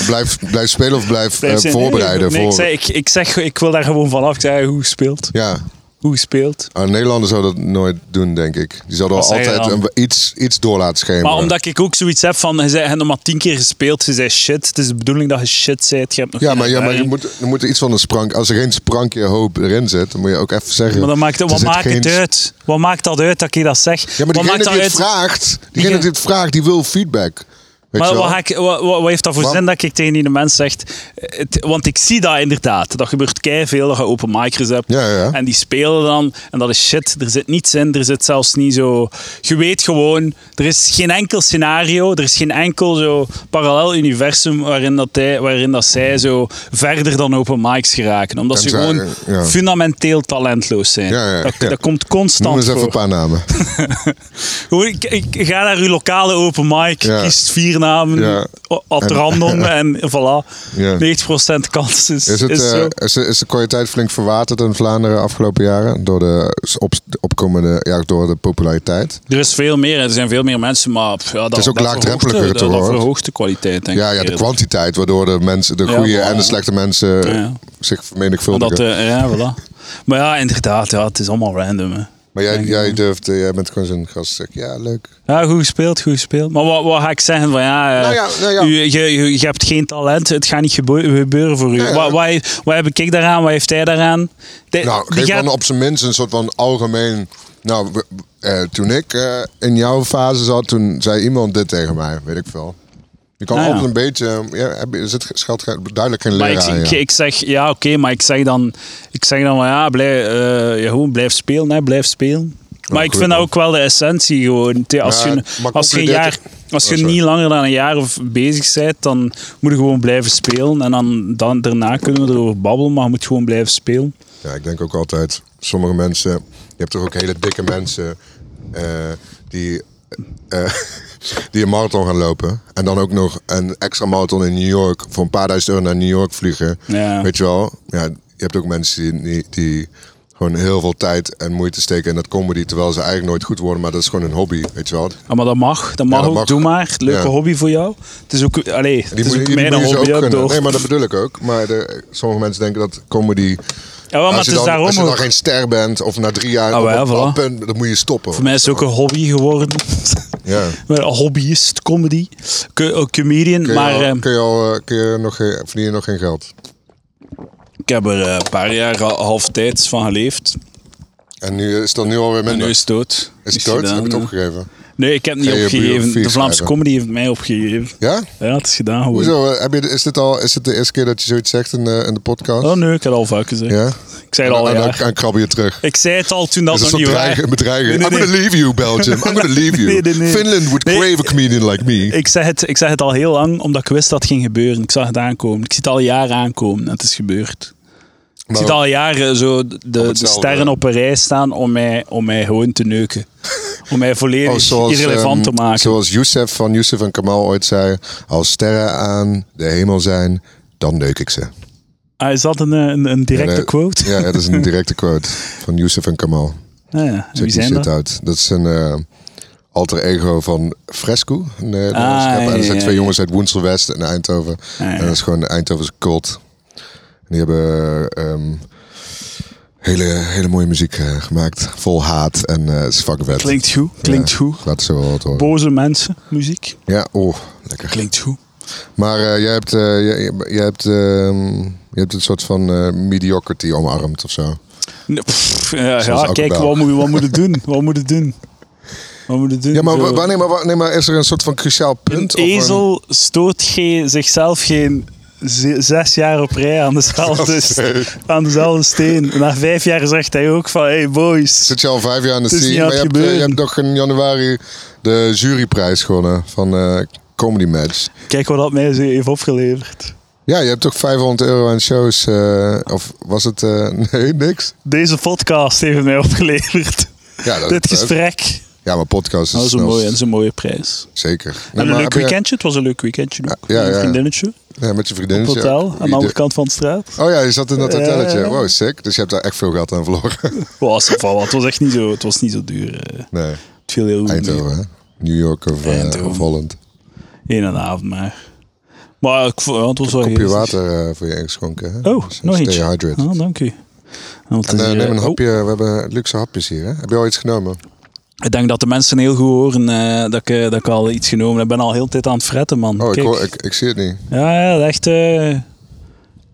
blijf, blijf spelen of blijf,
Blijf
eh,
zijn-
voorbereiden?
Nee, ik,
voor...
zei, ik, ik zeg, ik wil daar gewoon vanaf. Ik zei, hoe gespeeld?
Ja,
Hoe gespeeld?
een Nederlander zou dat nooit doen, denk ik. Die zouden
Wat zeg je
altijd
dan?
een- iets, iets door laten schemeren.
Maar omdat ik ook zoiets heb van, hij zei, hij heeft nog maar tien keer gespeeld. Ze zei shit. Het is de bedoeling dat je shit zei. Je hebt nog
Ja,
geen
maar, ja, maar je
ervaring.
moet, er moet iets van een sprank. Als er geen sprankje hoop erin zit, dan moet je ook even zeggen.
Maar dan maakt,
er
wat
zit
maakt het dus?
geen-
uit? Wat maakt dat uit dat ik dat zeg?
Ja, maar
wat
diegene
maakt
die
dat
het
uit?
vraagt, diegene die het vraagt, die wil feedback. Weet
Maar
je wel?
wat, ga ik, wat, wat- wat heeft dat voor
Wat?
zin dat ik tegen die mens zeg? Het, want ik zie dat inderdaad. Dat gebeurt kei veel. Dat je open micers hebt.
Ja, ja, ja.
En die spelen dan. En dat is shit. Er zit niets in. Er zit zelfs niet zo. Je weet gewoon. Er is geen enkel scenario. Er is geen enkel zo parallel universum waarin dat, hij, waarin dat zij zo verder dan open mics geraken. Omdat ze
Tenzij,
gewoon
ja.
fundamenteel talentloos zijn.
Ja, ja,
dat,
ja.
dat komt
Noem
constant
eens even
voor.
een paar namen.
Gewoon, ik, ik ga naar uw lokale open mic,
Ja.
kiest vier namen
Ja.
o- ad
En-
random en voilà.
Ja.
90% kans is,
Is, het,
is
eh,
zo.
is, is de kwaliteit flink verwaterd in Vlaanderen afgelopen jaren? Door de, op, opkomende, ja, door de populariteit?
Er is veel meer, er zijn veel meer mensen, maar pff, ja, dat,
is ook
dat
laagdrempeliger
verhoogt de-
toch,
Dat
hoor?
verhoogt de kwaliteit, denk
Ja,
ik.
ja, de
eerder.
kwantiteit, waardoor de, mensen, de
Ja,
goede
maar-
en de slechte mensen
Ja.
zich
Omdat,
vermenigvuldigen.
eh, ja, voilà. Maar ja, inderdaad, ja, het is allemaal random. Hè.
maar jij,
denk ik
jij
wel.
durft, eh, jij bent gewoon zo'n gast die zegt, ja, leuk.
Ja, goed gespeeld, goed gespeeld. Maar wat, wat ga ik zeggen van ja, eh,
Nou ja, nou ja.
u- je, je, je hebt geen talent, het gaat niet gebe- gebeuren voor u.
Ja, ja.
Wat, wat, wat heb ik daaraan, wat heeft hij daaraan? De-
Nou,
die
geef
gaat-
dan op zijn minst een soort van algemeen. Nou, we- eh, toen ik eh, in jouw fase zat, toen zei iemand dit tegen mij, weet ik veel. Je kan
Ah, ja.
altijd een beetje. eh, Ja, heb je- er zit schuilt geen- duidelijk geen
Maar ik,
leraar.
ik, ik zeg, ja oké, maar ik zeg dan, ik zeg dan van ja, blijf, eh, ja, gewoon blijf spelen, hè, blijf spelen. Maar
Ja,
ik
goed,
vind dat
man.
ook wel de essentie gewoon. Te- Als,
Ja,
je,
maar
als je een
concludeert-
jaar, als je
Oh, sorry.
niet langer dan een jaar of bezig bent, dan moet je gewoon blijven spelen. En dan, dan, daarna kunnen we erover babbelen, maar je moet gewoon blijven spelen.
Ja, ik denk ook altijd. Sommige mensen. Je hebt toch ook hele dikke mensen eh, die. eh, die een marathon gaan lopen. En dan ook nog een extra marathon in New York. Voor een paar duizend euro naar New York vliegen.
Ja.
Weet je wel? Ja, je hebt ook mensen die, die gewoon heel veel tijd en moeite steken in dat comedy. Terwijl ze eigenlijk nooit goed worden. Maar dat is gewoon een hobby. Weet je wel?
Ja, Ah, maar dat mag, dat mag
dat
ook,
mag.
doe maar. Leuke
Ja.
hobby voor jou. Het is ook, allee, het is
moet-
ook
die
mijn
moet je ze
hobby.
ook
ook,
gunnen.
toch?
Nee, maar dat bedoel ik ook. Maar de, sommige mensen denken dat comedy.
Ja, maar
als,
het
je
is
dan,
daarom
als je
ook.
dan geen ster bent of na drie jaar
Ah,
op
wel,
een
voilà.
bepaald punt, dan moet je stoppen.
Voor mij is het ook een hobby geworden.
Ja.
Een hobbyist, comedy, co- comedian.
Kun je,
maar
al-
eh,
kun je, al, eh, kun je nog geen, verdien je nog geen geld?
ik heb er eh, een paar jaar ha- halftijds van geleefd.
En nu is dat nu alweer
En nu
minder.
is het dood.
is het dood?
gedaan,
Heb je het
eh.
opgegeven?
Nee, ik heb het niet
Ga je
opgegeven.
biografie
De Vlaamse
schrijven?
comedy heeft mij opgegeven.
Ja?
Ja, het is gedaan geworden.
Hoezo? eh, Heb je, is, dit al, is dit de eerste keer dat je zoiets zegt in, eh, in de podcast?
Oh nee, ik heb het al vaak gezegd.
Ja?
Ik zei
En
het al,
dan, en dan,
ja.
dan krabbel je terug.
Ik zei het al toen dat
Dat is
nog niet
een soort
waar.
dreigen, bedreigen.
Nee, nee,
I'm gonna
nee.
leave you, Belgium. I'm gonna leave you.
Nee, nee, nee.
Finland would
Nee.
crave a comedian like me.
Ik zeg, het, ik zeg het al heel lang, omdat ik wist dat het ging gebeuren. Ik zag het aankomen. Ik zie het al jaren aankomen en het is gebeurd. Ik zie het al jaren zo de, de
hetzelfde,
sterren
hè?
op een rij staan om mij, om mij gewoon te neuken. Om mij volledig
Oh, zoals,
irrelevant
ehm,
te maken.
Zoals Youssef van Youssef en Kamal ooit zei. Als sterren aan de hemel zijn, dan neuk ik ze.
Ah, is dat een, eh, een, een directe
En, eh,
quote?
Ja, ja, dat is een directe quote van Youssef en Kamal.
Ah, ja. En
Check
Wie
die
zijn
shit
dat?
uit. Dat is een eh, alter ego van Fresco. Een Nederlandse
Ah,
rapper. en
ja,
er zijn
ja,
twee
ja. Ah,
jongens uit Woenselwest en Eindhoven.
ja.
En dat is gewoon de Eindhovense cult. En die hebben eh, ehm, hele, hele mooie muziek eh, gemaakt. Vol haat en eh, het is fucking vet.
Klinkt goed, klinkt
Ja,
goed.
Laat het zo wel wat horen.
Boze mensen, muziek.
ja, oh, lekker.
Klinkt goed.
Maar eh, jij hebt, eh, jij, jij- jij hebt, ehm, je hebt een soort van eh, mediocrity omarmd of zo.
Nee, pff, ja,
Zoals
ja,
elke
kijk,
Belg.
wat moet, wat moet het doen? Wat moet het doen? Wat moet het doen?
Ja, maar,
Zo.
wa- wa- nee, maar, wa- nee, maar is er een soort van cruciaal
Een
punt? of
ezel stoot geen, zichzelf geen ze- zes jaar op rij aan dezelfde,
Zelfde
st- aan dezelfde steen. Na vijf jaar zegt hij ook van, hey boys.
Zit je al vijf jaar in de
Het is
scene,
niet aan
maar je
het
hebt, eh, je
gebeuren.
hebt nog in januari de juryprijs gewonnen van eh, Comedy Match.
Kijk wat dat mij zo heeft opgeleverd.
Ja, je hebt toch 500 euro aan shows, eh, of was het, eh, nee, niks?
Deze podcast heeft het mij opgeleverd.
Ja, dat
Dit
is vet.
gesprek.
Ja, maar podcast is
Dat is een
snel-
mooie, dat is een mooie prijs.
Zeker. Nee,
en
maar
een
heb
leuk
je-
weekendje. Het was een leuk weekendje ook.
Ja, ja,
Met
ja.
Een vriendinnetje.
Ja, met je
Op
vriendinnetje.
hotel.
ook.
Aan de andere
Ieder-
kant Eh. van de straat.
Oh ja, je zat in dat
Ja, ja,
hotelletje.
ja.
Wow, sick. Dus je hebt daar echt veel gehad aan verloren.
Wow, ça va, het was echt niet zo, het was niet zo duur. eh.
nee,
Het viel heel goed mee.
Eindhoven, hè? New York of, eh,
Eindhoven.
of Holland.
Eén en een avond maar. Maar ik vond, ja, het was wel
Kopje
geestig.
water eh, voor je ingeschonken. Hè?
Oh,
Dus
nog
stay
eentje.
hydrated.
Ah, dank u. Want
En
het is
eh,
hier,
neem een
eh,
hapje. We hebben luxe hapjes hier. Hè? Heb je al iets genomen?
oh, ik denk dat de mensen heel goed horen eh, dat, ik, eh, dat ik al iets genomen heb. Ik ben al heel de tijd aan het fretten, man.
Oh, ik,
Kijk.
hoor, ik, ik zie het niet.
Ja, ja, echt eh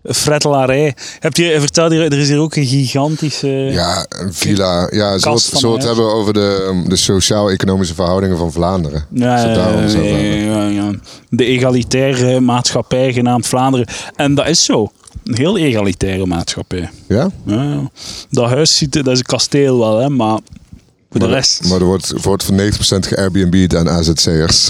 frettelarij. Heb je verteld, er is hier ook een gigantische...
Ja, een villa. Ja, zo het,
Kast van
zo het
huis.
hebben over de, ehm, de sociaal-economische verhoudingen van Vlaanderen. Als
Ja,
we het daar anders
ja,
over
ja,
hebben.
ja, ja. De egalitaire maatschappij genaamd Vlaanderen. En dat is zo. Een heel egalitaire maatschappij.
Ja?
Ja, ja. Dat huis ziet, er- dat is een kasteel wel, hè, maar voor de
Maar-
rest.
Maar er wordt, wordt voor 90% ge-Airbnb'd aan AZC'ers.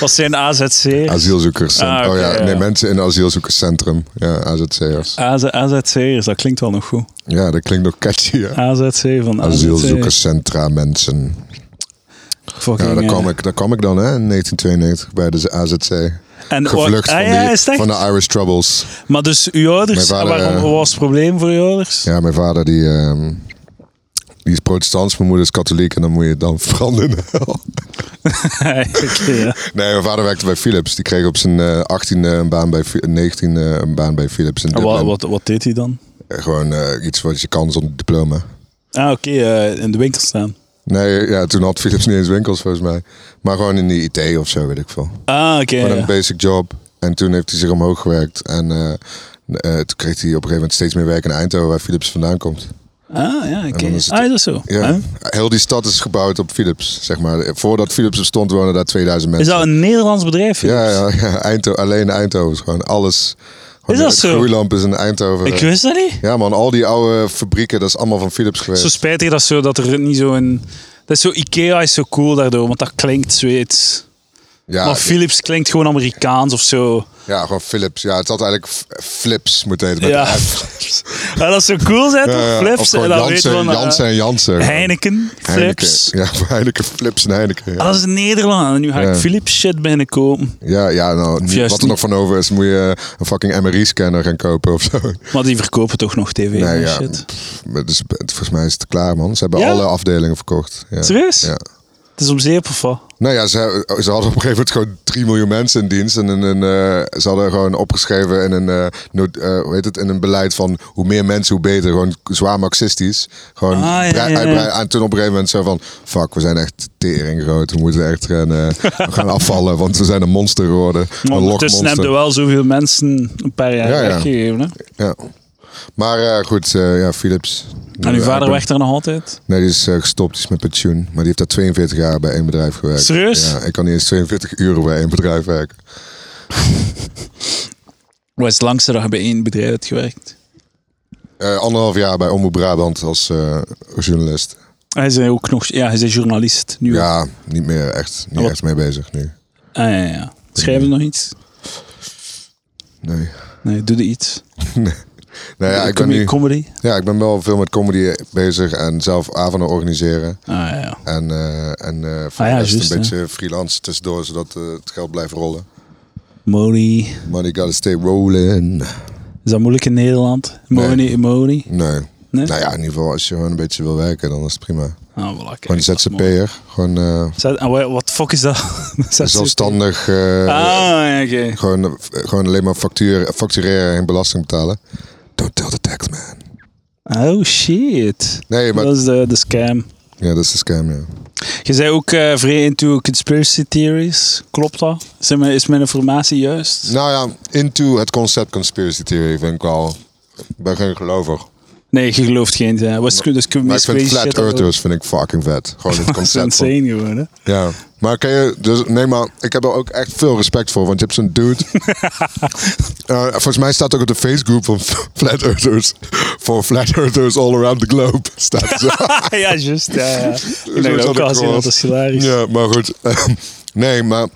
Wat zijn AZC?
Asielzoekers.
Ah, oké,
oh ja,
ja.
nee, mensen in een asielzoekerscentrum. Ja, AZC'ers.
AZ, AZC'ers, dat klinkt wel nog goed.
Ja, dat klinkt nog catchy. hè?
AZC van AZC.
Asielzoekerscentra mensen.
Fucking,
Ja, daar
eh,
kwam ik, daar kwam ik dan hè, in 1992 bij de AZC.
En,
Gevlucht
ah,
van,
ja,
die,
is het echt?
van de Irish Troubles.
Maar dus uw ouders,
Mijn vader,
waarom
eh,
wat was het probleem voor uw ouders?
Ja, mijn vader die, ehm, die is protestants, mijn moeder is katholiek en dan moet je het dan veranderen. in de hel.
Oké, ja.
nee, mijn vader werkte bij Philips. Die kreeg op zijn eh, 18e een baan bij Fi- 19e een baan bij Philips in
En
Dublin.
wat, wat, wat deed hij dan?
Eh, Gewoon eh, iets wat je kan zonder diploma.
Ah, oké, eh, in de winkel staan.
Nee, ja, toen had Philips niet eens winkels volgens mij. Maar gewoon in de IT of zo, weet ik veel.
Ah, oké.
Met
ja.
een basic job. En toen heeft hij zich omhoog gewerkt. En eh, eh, toen kreeg hij op een gegeven moment steeds meer werk in Eindhoven, waar Philips vandaan komt.
Ah, ja, oké.
dan is het-
Ah, is dat zo?
Ja.
Hè?
Heel die stad is gebouwd op Philips, zeg maar. Voordat Philips bestond, woonden daar 2000
Is
mensen.
dat een Nederlands bedrijf?
Ja, ja, ja. Eindho- alleen Eindhoven. is Gewoon alles. Gewoon
Is dat
de
zo?
groeilamp is in Eindhoven.
Ik wist dat niet.
Ja man, al die oude fabrieken, dat is allemaal van Philips geweest.
Zo spijtig dat, zo, dat er niet zo'n... Dat is zo, Ikea is zo cool daardoor, want dat klinkt Zweeds.
Ah, ja,
maar Philips klinkt gewoon Amerikaans of zo.
ja, gewoon Philips. Ja, het had eigenlijk F- Flips moeten heten. Met
Ja.
een F.
ja, dat is zo cool, zijn toch?
Ja, ja. Of
Flips.
gewoon
En dan weet je
Jansen,
van... eh,
Jansen en Jansen.
Heineken,
Heineken.
Flips.
Ja, voor Heineken, Flips en Heineken.
Ah,
Ja,
dat is in Nederland. En nu ga ik
Ja.
Philips shit binnenkopen.
ja, ja, nou, niet-
juist
wat er
niet.
nog van over is, moet je eh, een fucking MRI-scanner gaan kopen of zo.
Maar die verkopen toch nog tv
Nee,
en
ja.
shit.
pff, maar het is- het- volgens mij is het klaar, man. Ze hebben
Ja?
alle afdelingen verkocht. Ja.
Serieus?
Ja.
Het is om zeep of wat?
Nou ja, ze, ze hadden op een gegeven moment gewoon 3 miljoen mensen in dienst. En in een, eh, ze hadden gewoon opgeschreven in een, eh, nood- eh, hoe heet het, in een beleid van hoe meer mensen, hoe beter. Gewoon zwaar marxistisch. Gewoon
Ah, ja,
brei-
ja, ja.
uitbreiden. En toen op een gegeven moment zo van, fuck, we zijn echt tering groot. We moeten echt gaan, eh, we gaan afvallen, want we zijn een monster geworden.
Maar
een
ondertussen hebben
lokmonster.
er wel zoveel mensen een paar jaar
Ja, ja.
weggegeven. Hè?
Ja. Maar eh, goed, eh, ja, Philips.
En uw
Ja,
vader
ik-
werkt er nog altijd?
Nee, die is eh, gestopt, die is met pensioen. Maar die heeft daar 42 jaar bij één bedrijf gewerkt.
Serieus?
Ja, ik kan niet eens 42 uur bij één bedrijf werken.
Hoe is het langste dat je bij één bedrijf hebt gewerkt?
Eh, anderhalf jaar bij Omroep Brabant als eh, journalist.
Hij is ook nog... Ja, hij is journalist nu.
Ja, niet meer echt, niet
wat-
echt mee bezig nu.
Ah, ja, ja. Schrijven nog iets?
Nee.
Nee, doe er iets.
Nou ja, ik ben
Comedy?
nu,
Comedy?
ja, ik ben wel veel met comedy bezig en zelf avonden organiseren.
Ah, ja, ja.
En, eh en eh voor
Ah ja,
de rest
juist,
een
hè.
beetje freelance tussendoor, zodat eh, het geld blijft rollen.
Money.
Money gotta stay rolling.
Is dat moeilijk in Nederland? Money, money.
Nee.
Nee?
Nou ja, in ieder geval als je gewoon een beetje wil werken, dan is het prima.
Ah, voilà, kijk, dat
Gewoon
is mooi.
ZZP'er. Gewoon eh,
Zet- ah, wa- Wat fuck is dat? Zet-
zelfstandig. eh,
Ah, ja, oké.
gewoon, eh, gewoon alleen maar factuur, factureren en belasting betalen. Don't tell the tax man.
Oh, shit.
Nee, maar
Dat is de, de scam.
ja, dat is de scam, ja.
Je zei ook eh vrij into conspiracy theories. Klopt dat? Zijn mijn- is mijn informatie juist?
Nou ja, into het concept conspiracy theory vind ik wel. Ik ben geen gelover.
Nee, je gelooft geen. eh, Was dus
Maar ik vind flat
shit al-
earthers vind ik fucking vet. Gewoon het
Dat is
concept van-
insane gewoon, hè?
Ja. Maar kan je, dus, nee, maar ik heb er ook echt veel respect voor, want je hebt zo'n dude. Eh, volgens mij staat ook op de Facegroep van Flat Earthers. Voor Flat Earthers all around the globe. Staat zo.
Ah, ja, juist. Ja, ja. Ik
Zo
denk dat
zat
ook
ik
al zien,
gewoon.
dat is hilarisch.
ja, maar goed. nee, maar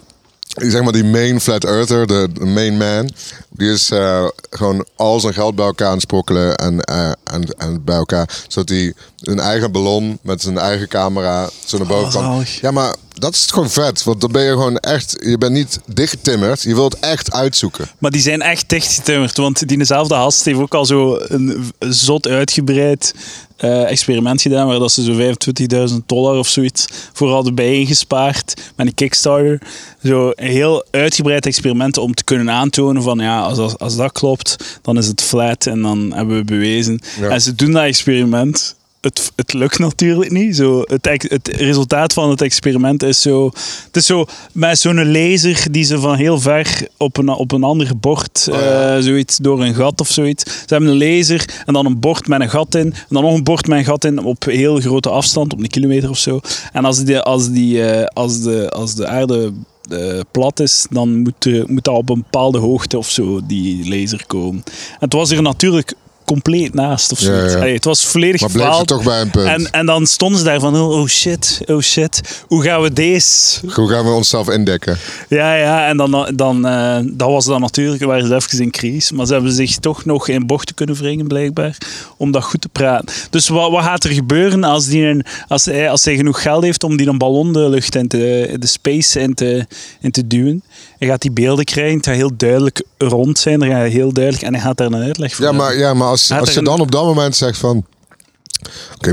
zeg maar die main Flat Earther, de, de main man. Die is eh, gewoon al zijn geld bij elkaar aan het sprokkelen en, eh, en, en bij elkaar. Zodat hij een eigen ballon met zijn eigen camera zo naar boven kan.
zalig.
Ja, maar dat is gewoon vet. Want dan ben je gewoon echt, je bent niet dichtgetimmerd. Je wilt echt uitzoeken.
Maar die zijn echt dichtgetimmerd. Want diezelfde hast heeft ook al zo een zot uitgebreid eh, experiment gedaan. Waar dat ze zo 25.000 dollar of zoiets voor hadden bijgespaard. Met een Kickstarter. Zo een heel uitgebreid experiment om te kunnen aantonen van ja, als, als, als dat klopt, dan is het flat en dan hebben we bewezen.
Ja.
En ze doen dat experiment. Het, het lukt natuurlijk niet. Zo, het, ex- het resultaat van het experiment is zo. Het is zo met zo'n laser die ze van heel ver op een, op een ander bord,
Oh ja.
eh, zoiets, door een gat of zoiets. Ze hebben een laser en dan een bord met een gat in. En dan nog een bord met een gat in op heel grote afstand, op een kilometer of zo. En als, die, als, die, eh, als, de, als de aarde eh, plat is, dan moet, er, moet dat op een bepaalde hoogte of zo, die laser komen. En het was er natuurlijk compleet naast of
Ja,
zoiets.
ja.
Allee, het was volledig
Maar bleef ze
gefaald.
toch bij een punt.
En, en dan stonden ze daar van, oh, oh shit, oh shit, hoe gaan we deze?
Hoe gaan we onszelf indekken?
Ja, ja, en dan, dan, eh, dat was dan natuurlijk, waren ze even in crisis, maar ze hebben zich toch nog in bochten kunnen wringen, blijkbaar, om dat goed te praten. Dus wat, wat gaat er gebeuren als, die een, als, hij, als hij genoeg geld heeft om die een ballon de lucht in te, de space in te, in te duwen? Hij gaat die beelden krijgen, het gaat heel duidelijk rond zijn, er gaat heel duidelijk, en hij gaat daar een uitleg voor
Ja,
hebben.
maar, ja, maar als,
Had
als
er
je
een-
dan op dat moment zegt van... Oké,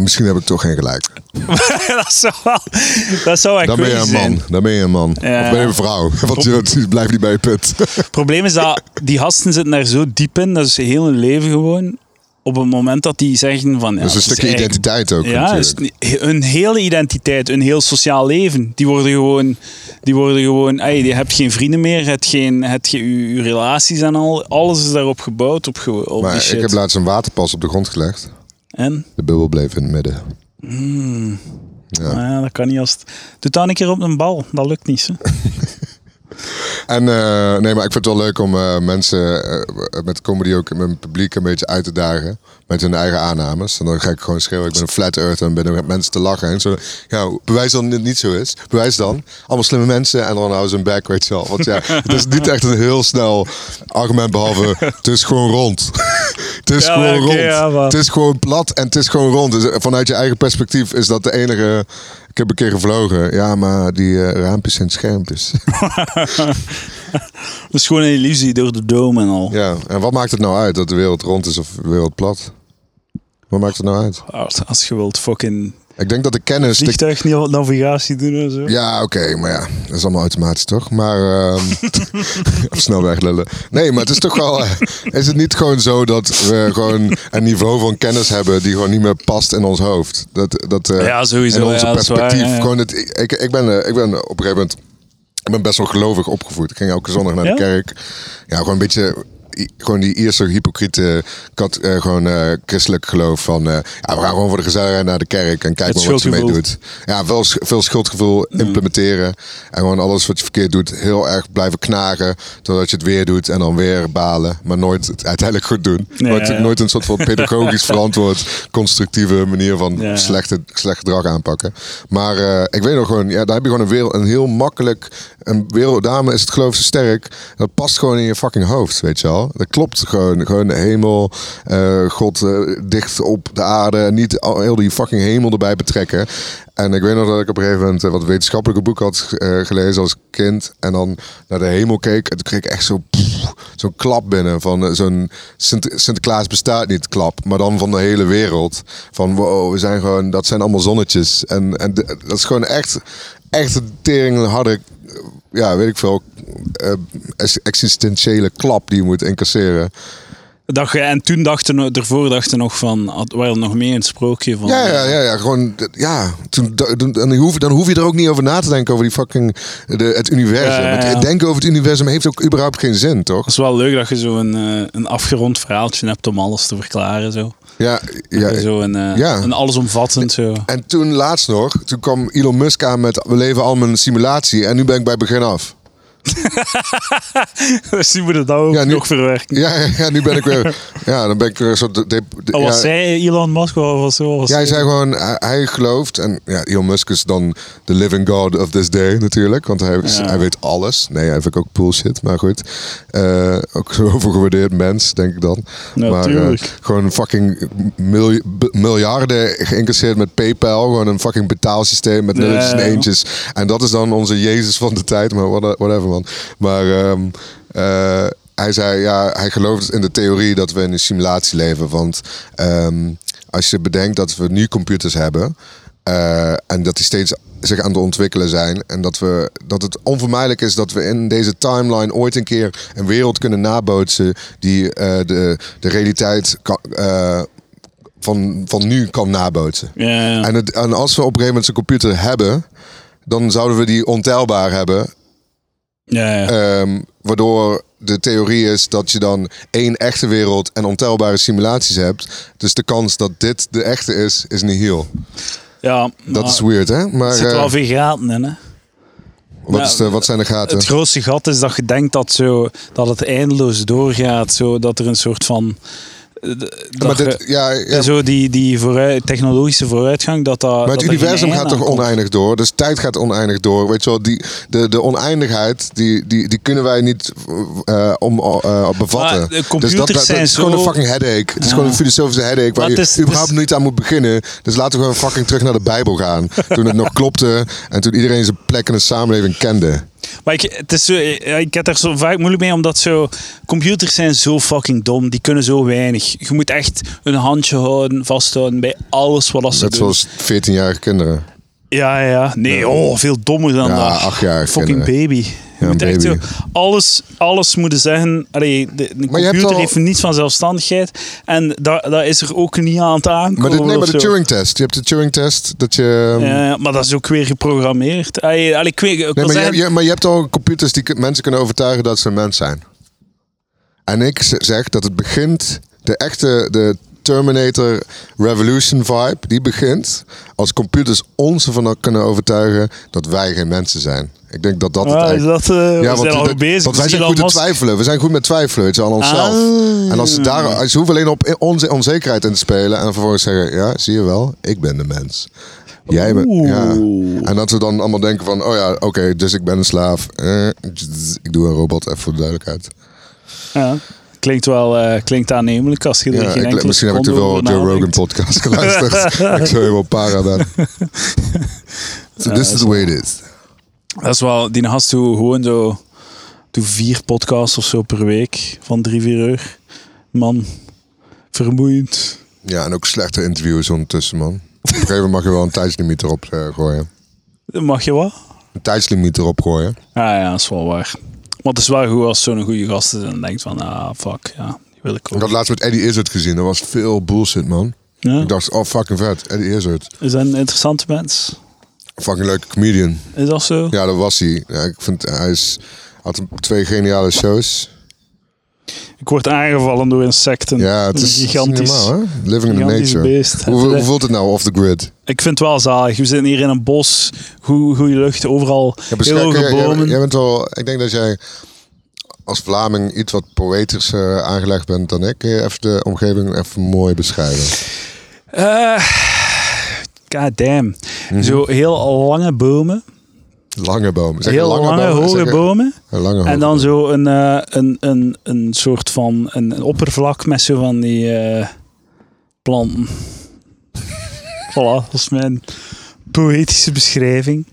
misschien heb ik toch geen gelijk.
dat zou wel, dat zou wel
Dan ben je
crazy
een
zijn.
man. Dan ben je een man.
Ja.
Of ben je een vrouw. Want je blijft niet bij je put.
Het probleem is dat die gasten zitten daar zo diep in, dat is hun hele leven gewoon. Op het moment dat die zeggen van... Ja,
dat is een
het
stukje
eigenlijk-
identiteit ook
Ja,
natuurlijk.
dus hun hele identiteit, hun heel sociaal leven. Die worden gewoon... Die worden gewoon ey, je hebt geen vrienden meer, het geen, het je, je relaties en al. Alles is daarop gebouwd, op, ge- op die
maar
shit.
ik heb laatst een waterpas op de grond gelegd.
en?
De bubbel bleef in het midden. Ja.
Ah ja, dat kan niet als... het- Doe dat een keer op een bal, dat lukt niet. Hè?
En eh, nee, maar ik vind het wel leuk om eh, mensen eh, met comedy ook mijn publiek een beetje uit te dagen. Met hun eigen aannames. En dan ga ik gewoon schreeuwen, ik ben een flat earther en ben er met mensen te lachen. En zo, ja, bewijs dan dat het niet zo is. Bewijs dan. Allemaal slimme mensen en dan houden ze hun bek, weet je wel. Want ja, het is niet echt een heel snel argument behalve, het is gewoon rond. het is
Ja, oké,
gewoon rond.
ja, maar-
Het is gewoon plat en het is gewoon rond. Dus eh, vanuit je eigen perspectief is dat de enige... Ik heb een keer gevlogen. Ja, maar die eh, raampjes zijn schermpjes.
Dat is gewoon een illusie door de dome en al.
Ja, en wat maakt het nou uit dat de wereld rond is of de wereld plat? Wat maakt het nou uit?
Als je wilt fucking
Ik denk dat de kennis. de-
vliegtuig niet navigatie doen en zo.
Ja, oké, maar ja, dat is allemaal automatisch toch? Maar. ehm, of snel weglullen. Nee, maar het is toch wel. eh, is het niet gewoon zo dat we gewoon een niveau van kennis hebben die gewoon niet meer past in ons hoofd? Dat, dat, eh,
Ja, sowieso,
In onze
ja, dat is waar,
perspectief.
ja, ja.
Gewoon het, ik, ik, ben, eh, ik ben op een gegeven moment. Ik ben best wel gelovig opgevoed. Ik ging elke zondag naar
Ja?
de kerk. Ja, gewoon een beetje i- gewoon die eerste hypocriete kat, eh, gewoon eh, christelijk geloof van... eh, ja, we gaan gewoon voor de gezelligheid naar de kerk en kijken
Het
maar wat ze mee
schuldgevoel.
doet. Ja, veel, sch- veel schuldgevoel
Mhm.
implementeren. En gewoon alles wat je verkeerd doet heel erg blijven knagen. Totdat je het weer doet en dan weer balen. Maar nooit het uiteindelijk goed doen.
Nee,
nooit,
ja.
nooit een soort van pedagogisch verantwoord, constructieve manier van
Ja.
slechte, slecht gedrag aanpakken. Maar eh, ik weet nog gewoon, ja, daar heb je gewoon een, wereld, een heel makkelijk. Een wereld, daarom is het geloof zo sterk. Dat past gewoon in je fucking hoofd, weet je wel. Dat klopt gewoon. Gewoon de hemel, eh, God eh, dicht op de aarde. en Niet al, heel die fucking hemel erbij betrekken. En ik weet nog dat ik op een gegeven moment eh, wat wetenschappelijke boeken had eh, gelezen als kind. En dan naar de hemel keek. En toen kreeg ik echt zo, pff, zo'n klap binnen. Van eh, zo'n Sint, Sinterklaas bestaat niet klap. Maar dan van de hele wereld. Van wow, we zijn gewoon, dat zijn allemaal zonnetjes. En, en de- dat is gewoon echt, echt een tering harde, eh, ja weet ik veel, eh, ex- existentiële klap die je moet incasseren.
Dat je- en toen dachten we, ervoor dachten we nog van, had, waren er nog meer een sprookje van. eh,
Ja, ja, ja, ja gewoon, d- ja. Toen, da- toen- dan, hoef, dan hoef je er ook niet over na te denken over die fucking, de, het universum.
Ja, ja,
Want
ja.
Denken over het universum heeft ook überhaupt geen zin, toch?
Het is wel leuk dat je zo'n eh, een afgerond verhaaltje hebt om alles te verklaren. Zo.
Ja, ja,
zo een, eh,
ja.
een allesomvattend zo.
En toen laatst nog, toen kwam Elon Musk aan met we leven allemaal in een simulatie en nu ben ik bij begin af.
dus die moeten dat ook
Ja, nu-
nog verwerken.
Ja, ja, ja, nu ben ik weer. Ja, dan ben ik weer een soort. de- de- de-
Al Oh, was
ja,
zij Elon Musk wel was zo? Was
ja, hij
zij-
zei gewoon, hij, hij gelooft. En ja, Elon Musk is dan de living god of this day natuurlijk. Want hij,
Ja.
hij weet alles. Nee, hij vind ik ook bullshit. Maar goed. Eh, ook zo'n overgewaardeerd mens, denk ik dan. maar eh,
Natuurlijk.
gewoon fucking mil- b- miljarden geïncasseerd met PayPal. Gewoon een fucking betaalsysteem met nulletjes
Ja.
en eentjes. En dat is dan onze Jezus van de tijd. Maar what- whatever man. Maar... ehm, eh, hij zei, ja, hij gelooft in de theorie dat we in een simulatie leven. Want ehm, als je bedenkt dat we nu computers hebben eh, en dat die steeds zich aan het ontwikkelen zijn en dat, we, dat het onvermijdelijk is dat we in deze timeline ooit een keer een wereld kunnen nabootsen die eh, de, de realiteit kan, eh, van, van nu kan nabootsen.
Ja, ja.
En, het, en als we op een gegeven moment zo'n computer hebben, dan zouden we die ontelbaar hebben
ja, ja.
Ehm, waardoor de theorie is dat je dan één echte wereld en ontelbare simulaties hebt. Dus de kans dat dit de echte is, is niet heel.
ja
Dat
maar
is weird, hè? Maar
er zitten
eh,
wel veel gaten in, hè?
wat, is de-
nou,
wat zijn de gaten?
Het grootste gat is dat je denkt dat, zo, dat het eindeloos doorgaat. Zo, dat er een soort van... eh, d- dat
maar,
je-
dit, ja, ja,
Zo die, die vooruit, technologische vooruitgang. Dat dat,
maar het
dat er geen
universum
einde
gaat
aan
toch
komt.
oneindig door? Dus tijd gaat oneindig door. Weet je wel, die, de, de oneindigheid, die, die, die kunnen wij niet eh, om, eh, bevatten.
Maar de
dus
computers
dat, dat,
zijn
is gewoon een
zo-
fucking headache. Het is gewoon een filosofische headache waar
Maar
je
het is- het
überhaupt
is-
niet aan moet beginnen. Dus laten we gewoon fucking terug naar de Bijbel gaan. Toen het nog klopte en toen iedereen zijn plek in de samenleving kende.
Maar ik, het is zo, ja, ik heb er zo vaak moeilijk mee, omdat zo, computers zijn zo fucking dom. Die kunnen zo weinig. Je moet echt een handje houden, vasthouden bij alles wat dat ze
Net
doen.
zoals 14-jarige kinderen.
Ja, ja. Nee, oh, veel dommer dan
Ja,
dat.
acht jaar
Fucking
kinderen.
baby. Je
Ja,
moet
een
echt
baby.
zo- alles, alles moeten zeggen. Allee, de, een
Maar je hebt
computer
al-
heeft niets van zelfstandigheid. En daar daar is er ook niet aan te aankomen.
Maar, dit, nee, maar
of
de
zo.
Turing-test. Je hebt de Turing-test dat je... ehm,
Ja, maar dat is ook weer geprogrammeerd. Allee, allee, ik weet, ik wil
Nee, maar,
zeggen-
je, je- maar je hebt al computers die kun- mensen kunnen overtuigen dat ze een mens zijn. En ik z- zeg dat het begint, de echte de Terminator Revolution vibe, die begint als computers ons ervan kunnen overtuigen dat wij geen mensen zijn. Ik denk dat dat het
Ah, is
eigenlijk...
dat, eh, we
want
zijn al
dat-
bezig. dus
Want wij zijn goed
allemaal
te twijfelen. We zijn goed met twijfelen weet je, aan onszelf.
Ah.
En als ze, daar, ze hoeven alleen op i- onze onzekerheid in te spelen. En vervolgens zeggen, ja, zie je wel, ik ben de mens. Jij bent,
Oeh.
ja. En dat we dan allemaal denken van, oh ja, oké, dus ik ben een slaaf. Eh, tss, ik doe een robot, even voor de duidelijkheid.
Ja. Klinkt wel eh, klinkt aannemelijk als je er
Ja,
geen
ik,
enkele
misschien heb ik te
seconde
veel
over
Joe
nadenkt.
Rogan podcast geluisterd. ik zou helemaal para ben. So this is the way it is.
Dat is wel, die gast doet gewoon zo doet vier podcasts of zo per week van drie, vier uur. Man, vermoeiend.
Ja, en ook slechte interviews ondertussen, man. Op een gegeven moment mag je wel een tijdslimiet erop eh, gooien.
Mag je wat?
Een tijdslimiet erop gooien.
Ah ja, dat is wel waar. Maar het is wel goed als zo'n goede gast is en denkt van, ah fuck, ja, die wil ik
Ik
ook.
had laatst met Eddie Izzard gezien. Dat was veel bullshit, man.
Ja?
Ik dacht, oh fucking vet. Eddie Izzard.
Is dat een interessante mens?
Fucking leuke comedian.
Is dat zo?
Ja, dat was hij. Ja, ik vind, hij is, had een- twee geniale shows.
Ik word aangevallen door insecten.
Ja, het
Dat
is, het is
gigantisch.
niet normaal, hè? Living in the
gigantisch
nature.
beest.
Hoe, hoe voelt het nou off the grid?
Ik vind het wel zalig. We zitten hier in een bos. Goe- Goede lucht, overal heel
Schaak,
hoge
jij- jij-
bomen.
Jij, bent wel, ik denk dat jij als Vlaming iets wat poëtisch eh, aangelegd bent dan ik. Kun je even de omgeving even mooi beschrijven?
Eh, God damn.
Mhm.
Zo heel lange bomen.
Lange Oh, boom. Zeg
heel lange,
boom,
hoge
zeg-
bomen.
Een lange hoge
En dan zo een, eh, een, een, een soort van een, een oppervlak met zo van die eh, planten. voilà, dat is mijn poëtische beschrijving.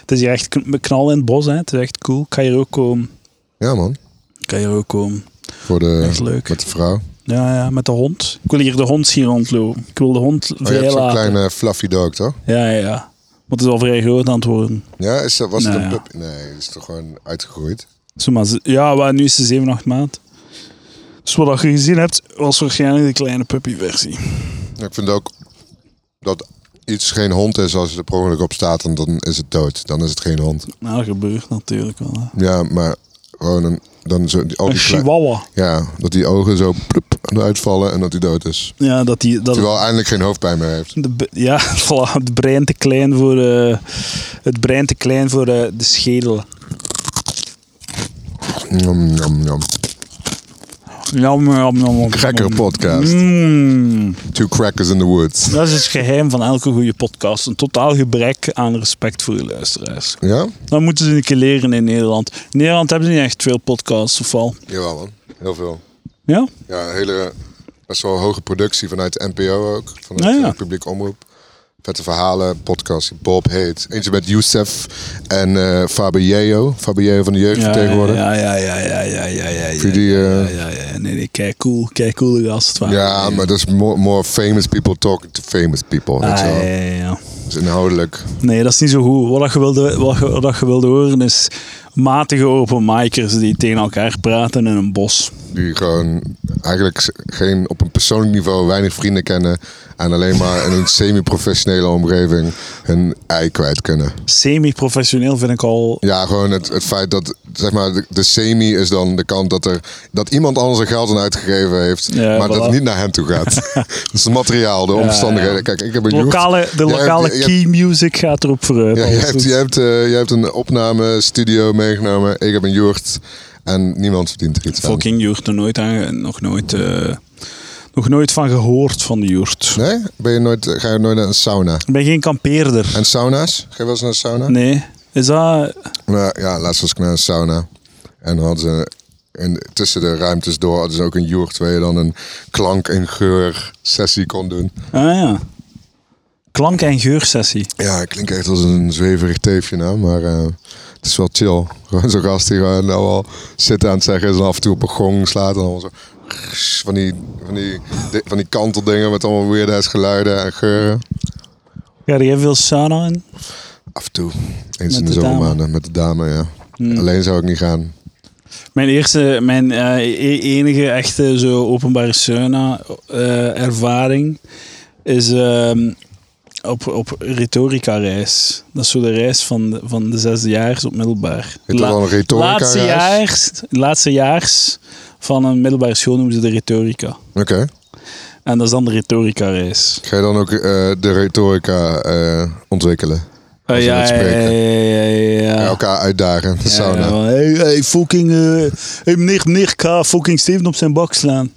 Het is hier echt kn- knal in het bos, hè. Het is echt cool. Ik kan hier ook komen.
Ja, man.
Ik kan hier ook komen.
Voor de,
Echt leuk.
Met de vrouw.
Ja, ja, met de hond. Ik wil hier de hond zien rondlopen. Ik wil de hond
Oh, je
vrij
hebt zo'n
laten.
kleine fluffy dog, toch?
Ja, ja, ja. Want het is al vrij groot aan het worden.
Ja, is dat, was
Nou
het een
ja.
pup? Nee, het is toch gewoon uitgegroeid?
Zo maar, ze- ja, maar nu is ze 7, 8 maand. Dus wat je gezien hebt, was waarschijnlijk de kleine puppyversie.
Ik vind ook dat iets geen hond is als het er per ongeluk op staat en dan is het dood. Dan is het geen hond.
Nou, dat gebeurt natuurlijk wel. Hè.
Ja, maar gewoon een, dan zo, die, al
Een
die klei-
chihuahua.
Ja, dat die ogen zo plup, uitvallen en dat hij dood is.
Ja, dat die... Dat
Terwijl hij eindelijk geen hoofdpijn meer heeft.
de, b- ja, voilà, het brein te klein voor, eh, het brein te klein voor eh, de schedel.
Nom, nom, nom.
Jam, jam, jam, jam.
Cracker podcast.
Mm.
Two crackers in the woods.
Dat is het geheim van elke goede podcast. Een totaal gebrek aan respect voor de luisteraars.
Ja?
Dat moeten ze een keer leren in Nederland. In Nederland hebben ze niet echt veel podcasts of al.
Jawel man, heel veel.
Ja?
Ja, een hele best wel hoge productie vanuit de NPO ook. Vanuit
Ja, ja.
de publiek omroep. Vette verhalen, podcast die Bob heet. Eentje met Youssef en eh Fabio. Fabio van de jeugd
Ja,
tegenwoordig.
ja, ja, ja, ja, ja, ja, ja, ja.
Vind je die, eh,
ja, ja, ja. Nee, nee, kijk cool, kijk cool gast. waar.
Ja, maar dat is more, more famous people talking to famous people.
Ah,
weet je
ja,
wel.
ja, ja.
Dat is inhoudelijk.
Nee, dat is niet zo goed. Wat dat je wilde, wat je, wat dat je wilde horen is matige open micers die tegen elkaar praten in een bos.
Die gewoon eigenlijk geen, op een persoonlijk niveau weinig vrienden kennen. En alleen maar in een semi-professionele omgeving hun ei kwijt kunnen.
Semi-professioneel vind ik al...
Ja, gewoon het, het feit dat zeg maar, de, de semi is dan de kant dat, er, dat iemand anders er geld aan uitgegeven heeft.
Ja,
maar dat
voilà.
het niet naar hem toe gaat. dat is het materiaal, de omstandigheden.
ja.
Kijk, ik heb een
De
joeg-
lokale, de
Jij hebt-
lokale
jij hebt-
key music gaat erop vooruit.
Ja,
al
je
is
hebt,
het.
je, hebt, eh, je hebt een opnamestudio meegenomen. Ik heb een joert. En niemand verdient er iets aan.
Fucking Jurt, nog nooit, aan, nog, nooit, eh, nog nooit van gehoord van de Jurt.
Nee? Ben je nooit, ga je nooit naar een sauna?
Ik ben geen kampeerder.
En sauna's? Ga je wel eens naar een sauna?
Nee. Is dat...
Nou, ja, laatst was ik naar een sauna. En dan hadden ze in, tussen de ruimtes door hadden ze ook een joert waar je dan een klank- en geur-sessie kon doen.
Ah ja. Klank- en geursessie.
Ja, het klinkt echt als een zweverig teefje, nou, maar eh, het is wel chill. Gewoon zo'n gast die gewoon nou al zit aan het zeggen is en af en toe op een gong slaat en dan zo van die, van die, di- van die kanteldingen met allemaal weird-ass geluiden en geuren.
Ga jij veel sauna in?
Af en toe, eens
Met
in de,
de Hmm.
zomermaanden met de dame, ja. Alleen zou ik niet gaan.
Mijn eerste, mijn eh, e- enige echte zo openbare sauna eh, ervaring is ehm, op, op retorica reis. Dat is zo de reis van de, van de zesdejaars op middelbaar.
Heet dat
La-
dan een retorica
laatste
reis?
jaars, laatste jaars van een middelbare school noemen ze de retorica.
Oké.
En dat is dan de retorica reis.
Ga je dan ook eh, de retorica eh, ontwikkelen? Als
Ah,
we
ja,
het
ja, ja,
spreken.
ja, ja, ja.
Elkaar uitdagen in de sauna.
Ja, hey, hey, fucking... eh hey, meneer, meneer, ik ga fucking Steven op zijn bak slaan.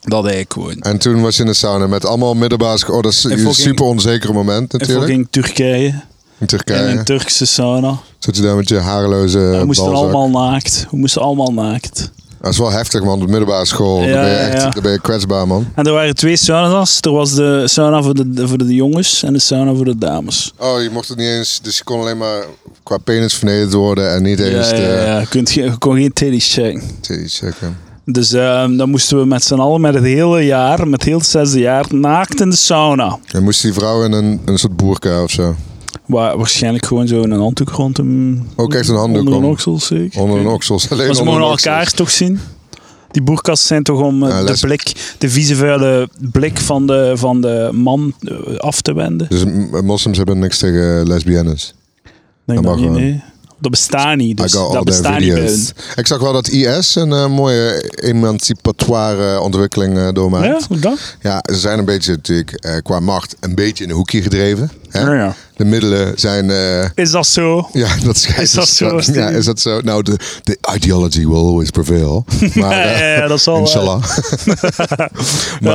Dat eigenlijk gewoon.
En toen was je in de sauna met allemaal middelbaar school. Oh, dat is een
fucking-
super onzekere moment
En
natuurlijk.
fucking Turkije.
In Turkije.
In een Turkse sauna.
Zit je daar met je haarloze
We moesten
balzak?
allemaal naakt. We moesten allemaal naakt.
Dat is wel heftig, man. Op de middelbare school.
Ja,
daar, ben je echt,
ja, ja.
daar ben je kwetsbaar, man.
En er waren twee sauna's. Er was de sauna voor de, voor de jongens en de sauna voor de dames.
Oh, je mocht het niet eens... Dus je kon alleen maar qua penis vernederd worden en niet eens
ja,
de...
ja, ja. Je, kunt, ge- je kon geen titties checken.
Titty checken.
Dus ehm, dan moesten we met z'n allen, met het hele jaar, met heel het zesde jaar, naakt in de sauna.
En moest die vrouw in een, een soort boerka of zo.
Waar waarschijnlijk gewoon zo in een handdoek rond hem.
Ook echt een handdoek
Onder een
om.
oksel, zeker.
Onder een oksels. Alleen
Maar ze
onder
mogen
een oksels.
elkaar toch zien. Die boerkasten zijn toch om eh,
Ja,
de
les-
blik, de vieze vuile blik van de, van de man eh, af te wenden.
Dus m- moslims hebben niks tegen lesbiennes.
Denk
Dat
dat
mag
niet,
wel.
nee. dat bestaat niet. Dus
I got all
dat
their
bestaat niet bij
videos.
hun.
Ik zag wel dat IS een eh, mooie emancipatoire ontwikkeling eh, doormaakt.
Ja, hoe dan?
Ja, ze zijn een beetje natuurlijk eh, qua macht een beetje in een hoekje gedreven. Hè?
Ja, ja.
De middelen zijn... eh,
Is dat zo?
ja, dat schijnt. dus
Is dat zo, Steve?
Ja, is dat zo? Nou, de, de ideology will always prevail. Maar, eh,
ja, ja, dat is wel waar.
Inshallah.
Ja,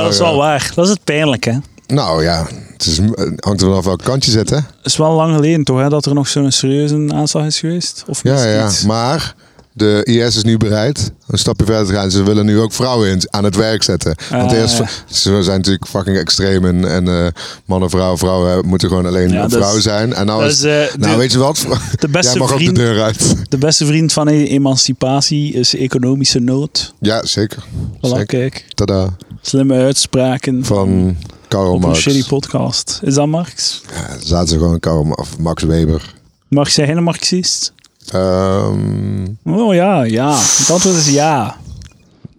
dat is wel
eh,
waar. Dat is het pijnlijke. hè.
Nou ja, het is, het hangt er vanaf welk kant je zit, hè?
Het is wel lang geleden toch hè, dat er nog zo'n serieuze aanslag is geweest? Of
Ja,
misschien
ja.
iets?
Maar de IS is nu bereid een stapje verder te gaan. Ze willen nu ook vrouwen in, aan het werk zetten. Want
Ah,
eerst,
ja.
ze zijn natuurlijk fucking extreem en, en eh, mannen, vrouwen, vrouwen moeten gewoon alleen
Ja, dat
vrouwen
is-
zijn. En nou,
dat
is,
is, eh,
nou
de-
weet je wat?
de beste
Jij mag ook
vriend-
de deur uit.
De beste vriend van e- emancipatie is economische nood.
Ja, zeker.
Voilà,
zeker.
kijk.
Tada.
Slimme uitspraken
Van Karl
op een
Marx.
shitty podcast. Is dat Marx?
Ja, zaten ze gewoon Karl Ma- of Max Weber.
Mag jij een Marxist?
Ehm,
Oh ja, ja. Het antwoord is ja.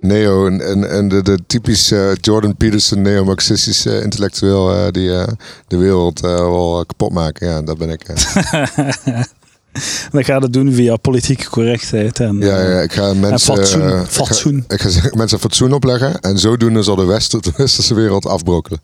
neo en, en, en de, de typische eh, Jordan Peterson neo-marxistische eh, intellectueel eh, die eh, de wereld eh, wel kapot maken. Ja, dat ben ik. eh.
Dan ga je dat doen via politieke correctheid. En,
ja, ja, ik ga mensen
fatsoen,
eh,
fatsoen.
Ik ga, ik ga zeggen, mensen fatsoen opleggen en zodoende zal de, West, de westerse wereld afbrokkelen.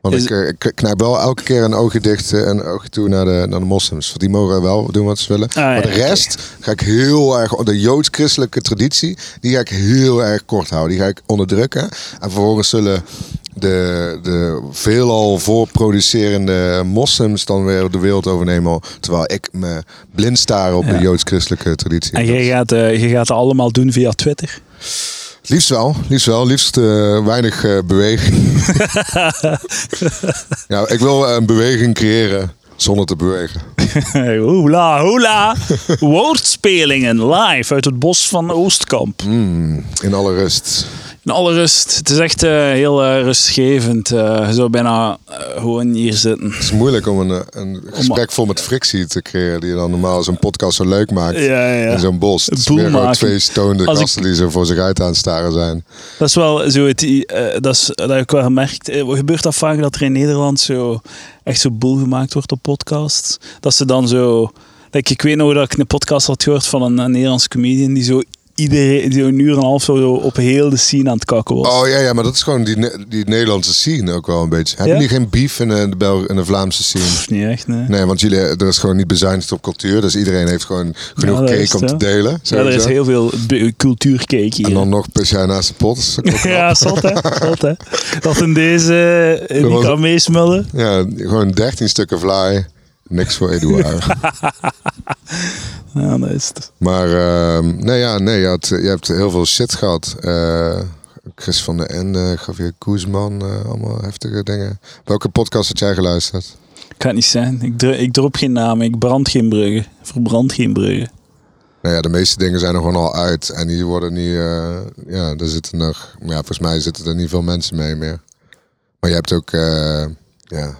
Want
Is-
ik, eh, ik knijp wel elke keer een oogje dicht eh, en een oogje toe naar de, naar de moslims. Want die mogen wel doen wat ze willen.
Ah, ja,
maar de
oké.
rest ga ik heel erg... De joods-christelijke traditie, die ga ik heel erg kort houden. Die ga ik onderdrukken. En vervolgens zullen de, de veelal voorproducerende moslims dan weer de wereld overnemen. Terwijl ik me blind staar op
Ja.
de joods-christelijke traditie.
En
Dat
jij
is-
gaat, eh jij gaat dat allemaal doen via Twitter.
Liefst wel, liefst wel. Liefst eh, weinig eh, beweging. ja, ik wil eh, een beweging creëren zonder te bewegen.
hola, hola. Woordspelingen live uit het bos van Oostkamp.
Hm. Hmm, In alle rust.
In alle rust. Het is echt eh, heel eh, rustgevend. Eh, je zou bijna eh, gewoon hier zitten.
Het is moeilijk om een, eh, een gesprek vol met frictie te creëren die je dan normaal zo'n podcast zo leuk maakt.
Ja, ja.
In zo'n bos. Het is
Boel
meer gewoon
maken.
twee stonende
Als ik-
gasten die zo voor zich uit aan het staren zijn.
Dat is wel zo het, i- eh, dat, is, dat heb ik wel gemerkt. Eh, gebeurt dat vaak dat er in Nederland zo echt zo boel gemaakt wordt op podcasts? Dat ze dan zo. Like, ik weet nog dat ik een podcast had gehoord van een, een Nederlandse comedian die zo iedereen die een uur en een half zo op heel de scene aan het kakken was.
Oh ja, ja, maar dat is gewoon die, Ne- die Nederlandse scene ook wel een beetje. Hebben
Ja?
jullie geen beef in eh, de, Bel in de Vlaamse scene?
Pff, niet echt, nee.
Nee, want jullie, er is gewoon niet bezuinigd op cultuur. Dus iedereen heeft gewoon genoeg
dat is
cake om
het,
te
ja.
delen.
Ja, er is
sowieso.
heel veel b- cultuurcake hier.
En dan nog per jaar naast de pot. dus Dat is ook wel knap.
ja, zot hè. Zot, hè. Dat in deze eh,
Dat
niet
was-
kan meesmullen.
ja, gewoon 13 stukken vlaai. Niks voor Eduard.
Ja, dat is het.
maar ehm, nee, ja, nee je, had, je hebt heel veel shit gehad. Eh, Chris van der Ende, Javier Koesman, eh, allemaal heftige dingen. Welke podcast had jij geluisterd?
Ik ga het niet zijn. Ik, dro- ik drop geen namen. Ik brand geen bruggen. Verbrand geen bruggen.
Nou ja, de meeste dingen zijn er gewoon al uit. En die worden niet... eh, ja, daar zitten nog... Ja, volgens mij zitten er niet veel mensen mee meer. Maar je hebt ook... eh, ja.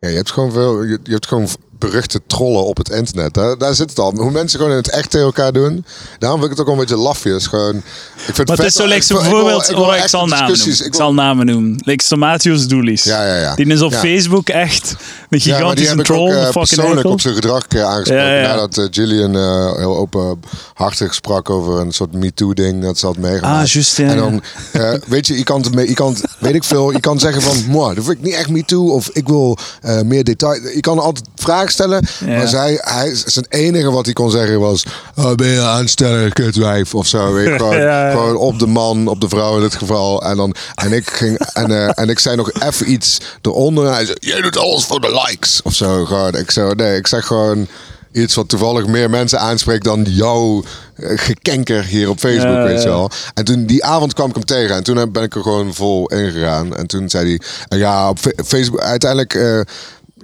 ja, je hebt gewoon veel... Je, je hebt gewoon beruchte trollen op het internet. Daar, daar zit het al. Hoe mensen gewoon in het echt tegen elkaar doen. Daarom vind ik het ook wel een beetje lafjes. Gewoon, ik vind
Maar het
vet-
is zo,
ik
like,
wil-
zo'n
ik wil-
voorbeeld.
ik wil
oh, ik
echt
zal namen
discussies.
noemen. Ik
Ik wil-
zal namen noemen. Like Somatius Doelis.
Ja, ja, ja.
Die is op
Ja.
Facebook echt een
Ja, maar die
gigantische
heb ik ook
troll.
eh,
een fucking
persoonlijk
eikel.
op zijn gedrag eh, aangesproken.
Ja, ja.
Nadat eh, Gillian eh, heel openhartig sprak over een soort MeToo-ding dat ze had meegemaakt.
Ah, juist, ja,
En
ja.
dan, eh, weet je, je kan, het me- je kan, het- weet ik veel, je kan zeggen van, moi, dat vind ik niet echt MeToo. Of ik wil eh, meer detail. Je kan altijd vragen stellen.
Ja.
Maar zij, hij, zijn enige wat hij kon zeggen was, oh, ben je een aansteller, kutwijf, of zo. Weet je, gewoon,
Ja, ja.
gewoon gewoon op de man, op de vrouw in dit geval. En, dan, en, ik, ging, en, eh, en ik zei nog even iets eronder. En hij zei, jij doet alles voor de likes. Of zo. Gewoon. Ik, zo nee, ik zeg gewoon iets wat toevallig meer mensen aanspreekt dan jouw eh, gekenker hier op Facebook,
Ja,
weet je
ja.
wel. En toen die avond kwam ik hem tegen. En toen ben ik er gewoon vol ingegaan. En toen zei hij, eh, ja, op Fe- Facebook uiteindelijk... eh,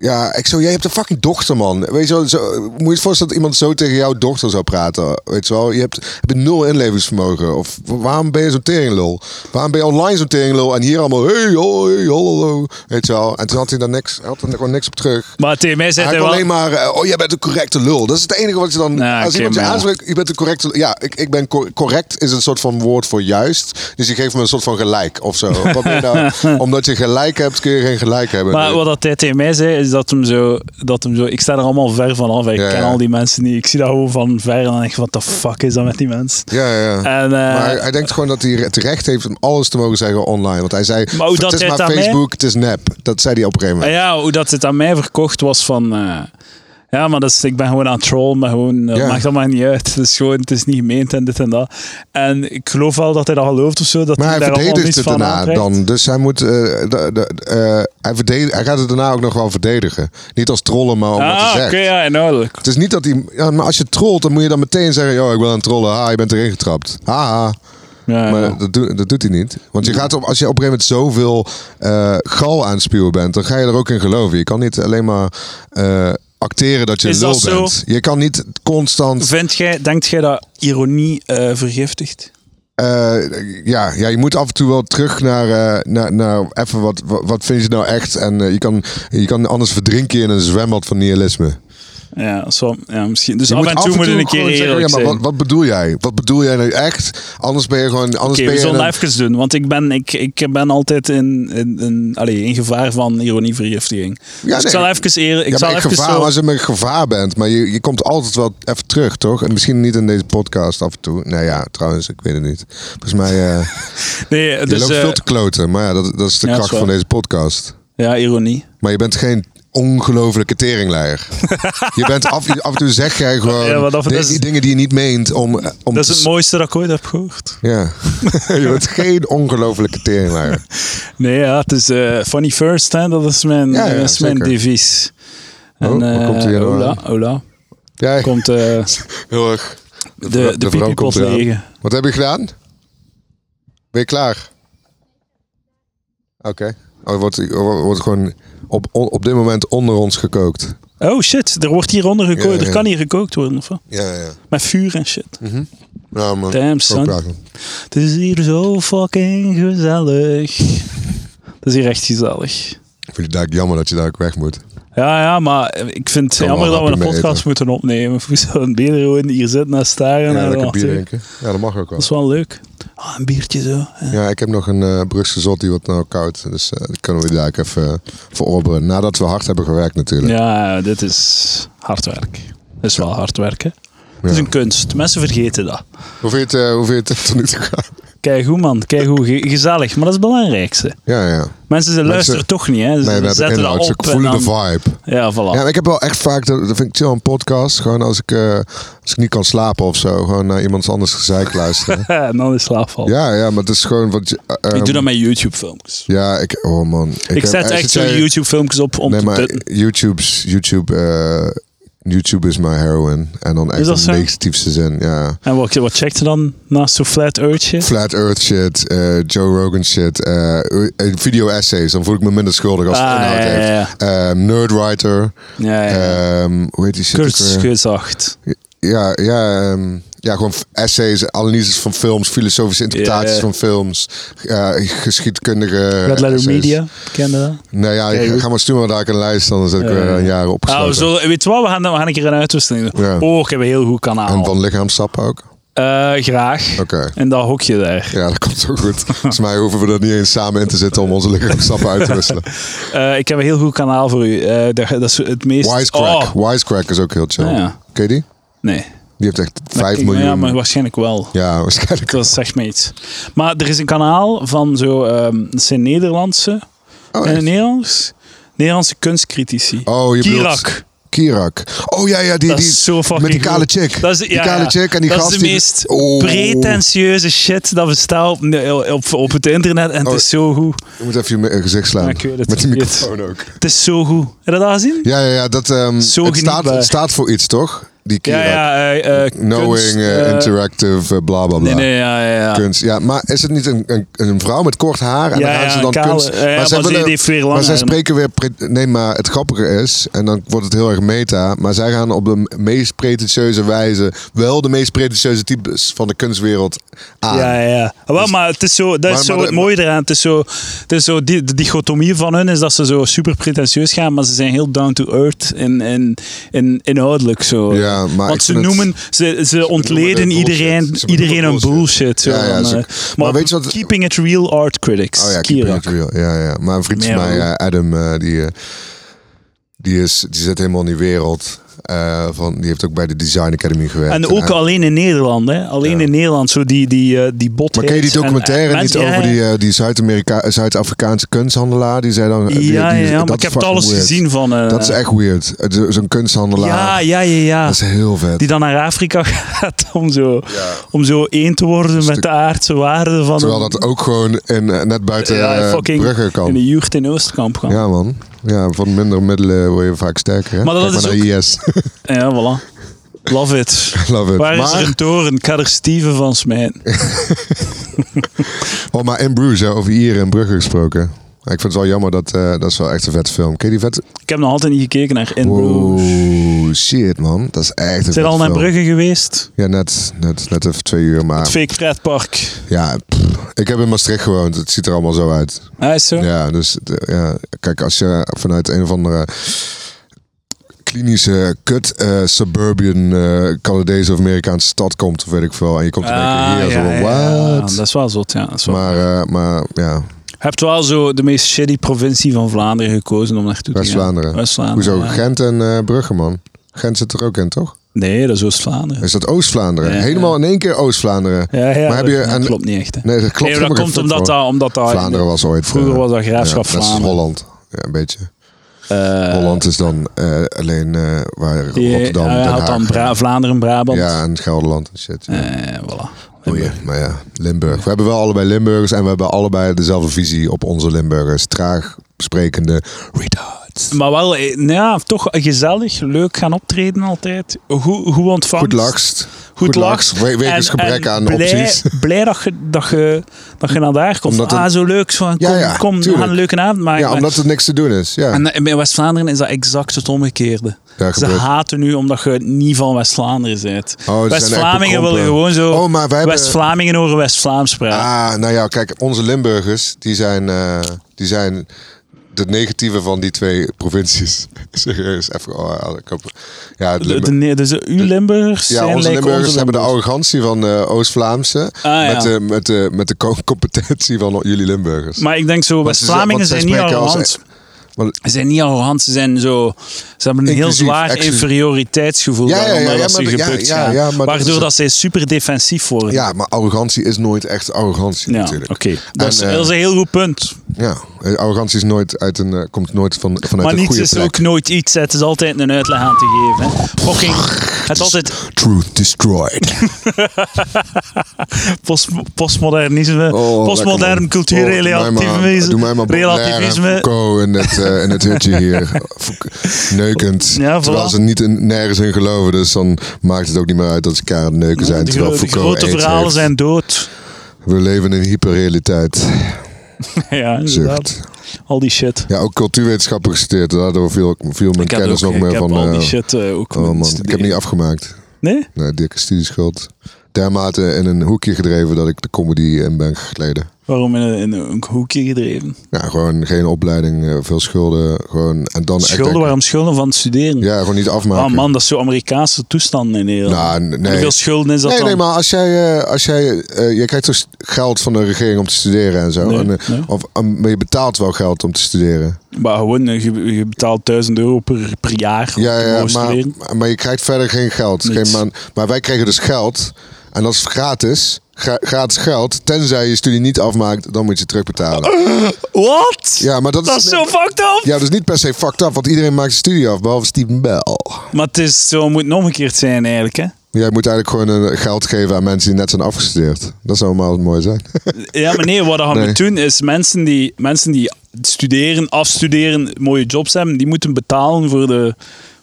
ja, ik zo, jij hebt een fucking dochter, man. Weet je wel, zo, moet je het voorstellen dat iemand zo tegen jouw dochter zou praten? Weet je wel, je hebt, heb je nul inlevingsvermogen. Of waarom ben je zo'n teringlul? Waarom ben je online zo'n teringlul en hier allemaal, hey, oh, hey, hallo, weet je wel. En toen had hij daar niks, had er gewoon niks op terug.
Maar tegen mij zei
Hij
hij
kon
wel...
alleen maar, eh, oh, jij bent een correcte lul. Dat is het enige wat je dan,
Nou,
als
oké,
iemand je
maar ja.
aanspreekt, je bent een correcte Ja, ik, ik ben cor- correct is een soort van woord voor juist. Dus je geeft me een soort van gelijk of zo. Wat ben je nou? Omdat je gelijk hebt, kun je geen gelijk hebben.
Maar wat dat hij tegen mij zei, is is dat hem zo, dat hem zo... Ik sta er allemaal ver van af. Ik
Ja,
ken
ja.
al die mensen niet. Ik zie dat gewoon van ver en dan denk ik, wat de fuck is dat met die mens?
Ja, ja, ja.
En, eh,
maar hij, hij denkt gewoon dat hij het recht heeft om alles te mogen zeggen online. Want hij zei,
Maar hoe dat
het
hij
is maar
het daarmee-
Facebook, het is nep. Dat zei hij op een gegeven
Maar
moment.
ja, hoe dat het aan mij verkocht was van... eh, ja, maar dat is, ik ben gewoon aan het trollen, maar gewoon, dat
Ja.
maakt allemaal niet uit. Het is gewoon, het is niet gemeend en dit en dat. En ik geloof wel dat hij dat gelooft of zo, dat
Maar
hij
hij
daar allemaal
verdedigt
niets
het
van
daarna
aantrekt.
dan. Dus hij moet. eh, de- de- eh, hij, verdedig, hij gaat het daarna ook nog wel verdedigen. Niet als trollen, maar om wat
Ah, oké,
te zeggen.
ja, inhoudelijk.
Het is niet dat hij. Ja, maar als je trolt, dan moet je dan meteen zeggen: Yo, ik ben aan het trollen. Ha, je bent erin getrapt. Haha.
Ja, ja.
Maar dat, doe- dat doet hij niet. Want je gaat op, als je op een gegeven moment zoveel eh, gal aan het spuwen bent, dan ga je er ook in geloven. Je kan niet alleen maar eh, acteren dat je
Is
lul
dat zo?
bent. Je kan niet constant.
Vindt jij, denkt jij dat ironie eh, vergiftigt?
eh, ja, ja, je moet af en toe wel terug naar, eh, naar, naar even wat, wat, wat vind je nou echt. En eh, je, kan, je kan anders verdrinken in een zwembad van nihilisme.
Ja, zo, ja misschien. Dus
Je
af en toe moet je een keer
gewoon zeggen,
eerlijk
ja, maar wat,
zijn.
wat bedoel jij? Wat bedoel jij nou echt? Anders ben je gewoon. Anders
Oké,
ben
we
je
zullen
een-
dat even doen, want ik ben, ik, ik ben altijd in, in, in, allee, in gevaar van ironievergiftiging. dus ik
nee.
zal even eerlijk... Ik
ja,
zal
maar in
even
gevaar,
zo-
als je met gevaar bent, maar je, je komt altijd wel even terug, toch? En misschien niet in deze podcast af en toe. Nou ja, trouwens, ik weet het niet. Volgens mij, eh,
Nee,
je
dus...
loopt
eh,
veel te kloten, maar ja, dat, dat is de
ja, dat
kracht
is
van
waar.
deze podcast.
ja, ironie.
Maar je bent geen ongelofelijke teringleier. je bent af, af en toe zeg jij gewoon
Ja, maar dat-
die,
dat is-
die dingen die je niet meent om, eh, om
Dat is
te...
het
s-
mooiste dat ik ooit heb gehoord.
Ja, je bent geen ongelofelijke teringleier.
Nee, ja, het is eh, funny first, hè. dat is mijn,
Ja, ja,
dat is mijn
zeker.
devies. En,
Oh, waar
eh,
komt die hier nou
hola,
aan?
hola.
Jij,
Komt eh,
heel erg.
de, de,
de vrouw
piepipot
komt eraan.
tegen.
Wat heb je gedaan? Ben je klaar? Oké. Oh, er wordt, er wordt gewoon op, op dit moment onder ons gekookt.
Oh shit, er wordt hieronder gekookt.
Ja, ja, ja.
Er kan hier gekookt worden, of wat?
Ja, ja.
Met vuur en shit.
Ja, man.
Damn, son. Het is hier zo fucking gezellig. Het is hier echt gezellig.
Ik vind het eigenlijk jammer dat je daar ook weg moet.
Ja, ja, maar ik vind het
Kan wel
jammer dat we
happy
een
mee
podcast
eten.
moeten opnemen. We zouden beter gewoon hier zitten en staren.
Ja,
en
lekker
dan
bier
natuurlijk-
drinken. Ja, dat mag ook wel.
nou, Dat is wel leuk. Ah, een biertje zo. hè.
Ja, ik heb nog een eh Brugse zot die wordt nou koud. Dus eh dat kunnen we daar ook even eh, verorberen. Nadat we hard hebben gewerkt natuurlijk.
Ja, dit is hard werk. Dat is wel hard werken. Het is
Ja.
een kunst. Mensen vergeten dat.
Hoe vind je het, eh, hoe vind je het tot nu toe gaan?
Kijk goed man, kijk hoe gezellig. Maar dat is het belangrijkste.
Ja, ja.
Mensen ze luisteren toch niet, hè? Ze
Nee, we hebben
zetten
inhoud.
dat
Ze
op en
voelen
dan...
de vibe.
Ja, voilà.
Ja, maar ik heb wel echt vaak, dat dat vind ik chill aan podcast. Gewoon als ik, eh, als ik niet kan slapen of zo, gewoon naar iemand anders gezeik luisteren.
en dan is slaapval.
ja, ja, maar het is gewoon wat je. eh,
ik doe Oh. dat
ehm,
met YouTube-filmpjes.
Ja, ik, oh man. Ik,
Ik
heb
zet echt zo
eh,
YouTube-filmpjes op om
Nee,
te
maar
putten.
YouTube's, YouTube, eh, YouTube is mijn heroin. En dan echt
dat
in
zo?
de negatiefste zin, ja.
En wat, wat checkt ze dan naast zo'n flat earthje?
Flat Earth shit, eh, Joe Rogan shit, eh, eh, video essays. Dan voel ik me minder schuldig als het
Ah,
inhoud
ja, ja,
heeft. Eh, Nerdwriter.
Ja, ja. ja.
ehm, hoe heet die shit? ook
Kurt
weer?
Schuzacht.
Ja, ja, ehm, ja, gewoon f- essays, analyses van films, filosofische interpretaties
Ja, ja.
van films, eh, geschiedkundige.
Red Letter
essays.
Media, ken je dat?
Nou ja, ik-
Kijk.
ga maar sturen, maar daar ik een lijst, dan zet ik weer een jaar
Ah, we
opgesloten.
zullen- weet je wat, we gaan, we gaan een keer een uitwisseling doen.
Ja.
Oh, ik heb een heel goed
En
kanaal.
van lichaamstappen ook?
Eh, graag.
Oké.
En dat hokje daar.
Ja, dat komt zo goed. Volgens mij hoeven we er niet eens samen in te zitten om onze lichaamstappen uit te wisselen.
Eh, ik heb een heel goed kanaal voor u. Eh, dat, dat is het meest...
Wisecrack.
Oh,
Wisecrack is ook heel chill.
Ja, ja.
Ken je die?
nee.
Die heeft echt 5
Ik- Ja, maar
miljoen.
waarschijnlijk wel.
Ja, waarschijnlijk.
Dat zegt me iets. Maar er is een kanaal van zo... ehm het zijn Nederlandse...
Oh,
en
echt?
Nederlands? Nederlandse kunstcritici.
Oh, je bedoelt-
Kirak.
Kirak. Oh ja, ja, die,
Dat
die
is zo fucking
met die kale
goed.
chick.
Dat is, ja,
die kale
ja.
chick en die
dat
gast
is de
die-
meest
Oh.
pretentieuze shit dat bestaat op, op, op het internet. En
Oh.
het is zo goed.
Je moet even je me- eh, gezicht slaan.
Ja, ik weet het.
Met die
Ik weet
microfoon ook.
Het is zo goed. Heb je dat al gezien?
Ja, ja, ja. Dat, ehm,
Zo
het, staat,
genietbaar.
het staat voor iets, toch? Die
Ja,
Kirak.
ja. eh, eh, kunst,
Knowing, eh,
eh,
interactive, eh, bla bla bla.
Nee, nee, ja, ja. ja.
Kunst. Ja, maar is het niet een, een, een vrouw met kort haar? En
Ah. Ja,
dan gaan
ja,
ze dan
een kale. eh,
kunst.
Ja, ja, maar
zij
ze- die heeft weer
maar
lang
zij
haar.
spreken weer. pre- Nee, maar het grappige is, en dan wordt het heel erg meta. Maar zij gaan op de m- meest pretentieuze wijze. wel de meest pretentieuze types van de kunstwereld aan.
Ja, ja, ja. Wel, maar het is zo, dat
Dus- Maar-
is zo
maar
het
de-
mooie eraan. Het is zo, het is zo die, de dichotomie van hun is dat ze zo super pretentieus gaan, maar ze zijn heel down to earth in, in, in, inhoudelijk zo.
Ja, maar
Want
ik
ze
vind het-
noemen, ze, ze ontleden
het bullshit.
iedereen,
Ze noemen
iedereen
het
een
bullshit.
bullshit. zo
Ja, ja,
van,
ze-
eh,
maar
maar
weet je wat-
Keeping it real art critics.
Oh ja,
Kierak.
keeping it real. Ja, ja. Maar een vriend van eh,
Ja,
mij,
hoe-
eh, Adam, eh, die, eh, Die, is, die zit helemaal in die wereld. eh, van, die heeft ook bij de Design Academy gewerkt.
En ook
hij-
alleen in Nederland, hè? Alleen in Nederland, zo die, die, eh, die bot.
Maar ken je die documentaire niet over die, eh, die Zuid-Amerika- Zuid-afrikaanse kunsthandelaar? Die zei dan... eh, die- die-
ja, ja,
dat
maar
is
ik heb het
fucking
alles
weird.
gezien van. eh,
Dat is echt weird. Het is Zo'n kunsthandelaar.
Ja, ja, ja, ja.
Dat is heel vet.
Die dan naar Afrika gaat om zo,
Ja.
om zo één te worden met
Stuk-
de aardse waarden van.
Terwijl
een-
dat ook gewoon in, eh, net buiten
ja,
eh,
fucking
Brugge kan.
in de jeugd in Oosterkamp gaan. Ja,
Ja, man. Ja, van minder middelen word je vaak sterker. Hè?
Maar dat
Kijk
is
naar IS.
voilà. Love it.
Love it.
Waar is
Maar-
er een toren? Ik ga er Steven van smijten.
Oh, maar in Bruges, hè, over Ieren en Brugge gesproken. Ja, Ik vind het wel jammer dat eh, dat is wel echt een vette film. Ken je die vet?
Ik heb nog altijd niet gekeken naar In Bruges.
Wow, shit man. Dat is echt een
Zijn
vette
al naar
film.
Brugge geweest?
Ja, net, net, net even twee uur, maar
Fake pretpark.
ja, pff, ik heb in Maastricht gewoond. Het ziet er allemaal zo uit.
Ah, is zo?
Ja, dus de- ja, kijk, als je vanuit een of andere klinische kut eh, suburban eh, Canadese of Amerikaanse stad komt, of weet ik veel, en je komt in één keer
Ah,
hier, zo
ja, ja,
van, "What?"
dat is wel zot, ja. Dat is wel-
Maar, eh, maar ja,
Je hebt wel zo de meest shitty provincie van Vlaanderen gekozen om naartoe te gaan.
West-Vlaanderen.
West-Vlaanderen.
Hoezo?
ja.
Gent en eh Brugge, man. Gent zit er ook in, toch?
Nee, dat is Oost-Vlaanderen.
Is dat Oost-Vlaanderen?
Ja,
Helemaal in één keer Oost-Vlaanderen.
Ja, ja,
maar heb
dat,
je
dat
en-
klopt niet echt. Hè.
Nee, dat klopt
nee, maar dat
helemaal
komt
geen
omdat
fuck
dat, omdat dat...
Vlaanderen was ooit...
Vroeger
eh,
was dat graafschap
ja, Dat is
Vlaanderen.
Holland. Ja, een beetje.
eh,
Holland is dan eh, alleen eh, waar
die-
Rotterdam,
hij
Den
eh, had dan
Haag...
Bra- Vlaanderen, Brabant.
ja, en Gelderland en shit. Ja.
Eh, voilà.
Boeien. Maar ja, Limburg. We hebben wel allebei Limburgers en we hebben allebei dezelfde visie op onze Limburgers. Traag sprekende retards.
Maar wel, eh, nou ja, toch gezellig, leuk gaan optreden altijd. Goed, goed ontvangst.
Goed lachst.
Goed lachst.
We- Wegens
En-
gebrek
en
aan
blij,
opties.
Blij dat je, dat je, dat je naar daar komt.
Omdat het-
ah, zo leuk. Zo, kom,
Ja, ja,
kom we
tuurlijk.
gaan een leuke avond maken.
Ja,
Maar-
omdat er niks te doen is. Ja.
En in West-Vlaanderen is dat exact het omgekeerde.
Ja,
Ze
gebeurt. Oh,
haten nu omdat je niet van West-Vlaanderen bent.
zijn echt
West-Vlamingen
bekrompen.
willen gewoon zo...
Oh, maar wij hebben-
West-Vlamingen horen West-Vlaams praten.
Ah, nou ja, kijk, onze Limburgers, die zijn, eh, die zijn de negatieve van die twee provincies. Serieus, even. Oh, ik hoop- ja, het
De-
Limburg-
de- nee, dus eh, uw Limburgers
ja,
zijn
onze
lijken
Limburgers hebben de
Limburgers.
arrogantie van de Oost-Vlaamse.
ja.
met, de, met, de, met de co- competentie van jullie Limburgers.
Maar ik denk zo,
Want ze-
West-Vlamingen
want zij
zijn niet
spreken als-
arrogant.
Want-
Ze zijn niet arrogant, ze zijn zo... Ze hebben een heel
Inclusief,
zwaar
exclusief.
inferioriteitsgevoel
Ja, ja, ja,
daaronder
ja,
dat ze
maar- ja,
gebukt
ja,
gaan.
ja, maar dat
waardoor
is-
dat ze super defensief worden.
ja, maar arrogantie is nooit echt arrogantie
Ja,
natuurlijk.
oké. Dat, is-
En, eh,
dat is een heel goed punt.
Ja, eh, arrogantie is nooit uit een, eh, komt nooit van, vanuit
Maar
een
niets
goede
is
plek.
ook nooit iets. hè. Het is altijd een uitleg aan te geven. Hè. Fucking, het is altijd
Truth destroyed.
post, postmodernisme,
Oh, lekker,
postmodern
man.
cultuur,
Oh, doe mij maar- doe mij
relativisme.
maar Baudelaire en
relativisme.
Foucault in het, eh, in het hutje hier. Fouc- Neukend.
Ja, voilà.
Terwijl ze niet in, nergens in geloven. Dus dan maakt het ook niet meer uit dat ze keihard neuken zijn.
de,
terwijl
gro- de
Foucault
grote
AIDS
verhalen
heeft.
zijn dood.
We leven in hyperrealiteit.
ja, inderdaad.
Zucht.
Al die shit.
Ja, ook cultuurwetenschappen gestudeerd. Daardoor viel, viel mijn
Ik, had
kennis
ook-
nog
ik
meer
heb
van...
al die
eh,
shit eh, ook
oh man,
moeten
ik heb niet
studeren.
afgemaakt.
Nee?
Nee, dikke studieschuld. Dermate in een hoekje gedreven dat ik de comedy in ben gegleden.
Waarom in een, in een hoekje gedreven?
Ja, gewoon geen opleiding, eh, veel schulden. Gewoon, en dan echt
Schulden,
denken-
waarom schulden van het studeren?
Ja, gewoon niet afmaken.
Ah man, dat is zo Amerikaanse toestand in Nederland.
Nou, n- nee.
Hoeveel schulden is dat
nee,
dan?
nee, maar als jij, eh, als jij, eh, jij krijgt dus geld van de regering om te studeren en zo.
Nee,
en, eh,
nee.
Of, um, maar je betaalt wel geld om te studeren.
Maar gewoon, eh, je, je betaalt 1000 euro per, per jaar. om
Ja,
te
ja
mogen
maar,
studeren.
maar je krijgt verder geen geld.
Niets.
Geen man, maar wij kregen dus geld. En dat is gratis. Gra- gratis geld. Tenzij je studie niet afmaakt, dan moet je terugbetalen.
Wat?
Ja, maar dat,
Oh, dat is zo fucked up.
Ja, dus niet per se fucked up, want iedereen maakt zijn studie af, behalve Steven Bell.
Maar het is zo, moet het omgekeerd zijn eigenlijk. Hè?
Jij moet eigenlijk gewoon eh, geld geven aan mensen die net zijn afgestudeerd. Dat zou maar mooi zijn.
Ja, maar nee, wat we
Nee.
moet doen is mensen die, mensen die studeren, afstuderen, mooie jobs hebben, die moeten betalen voor de,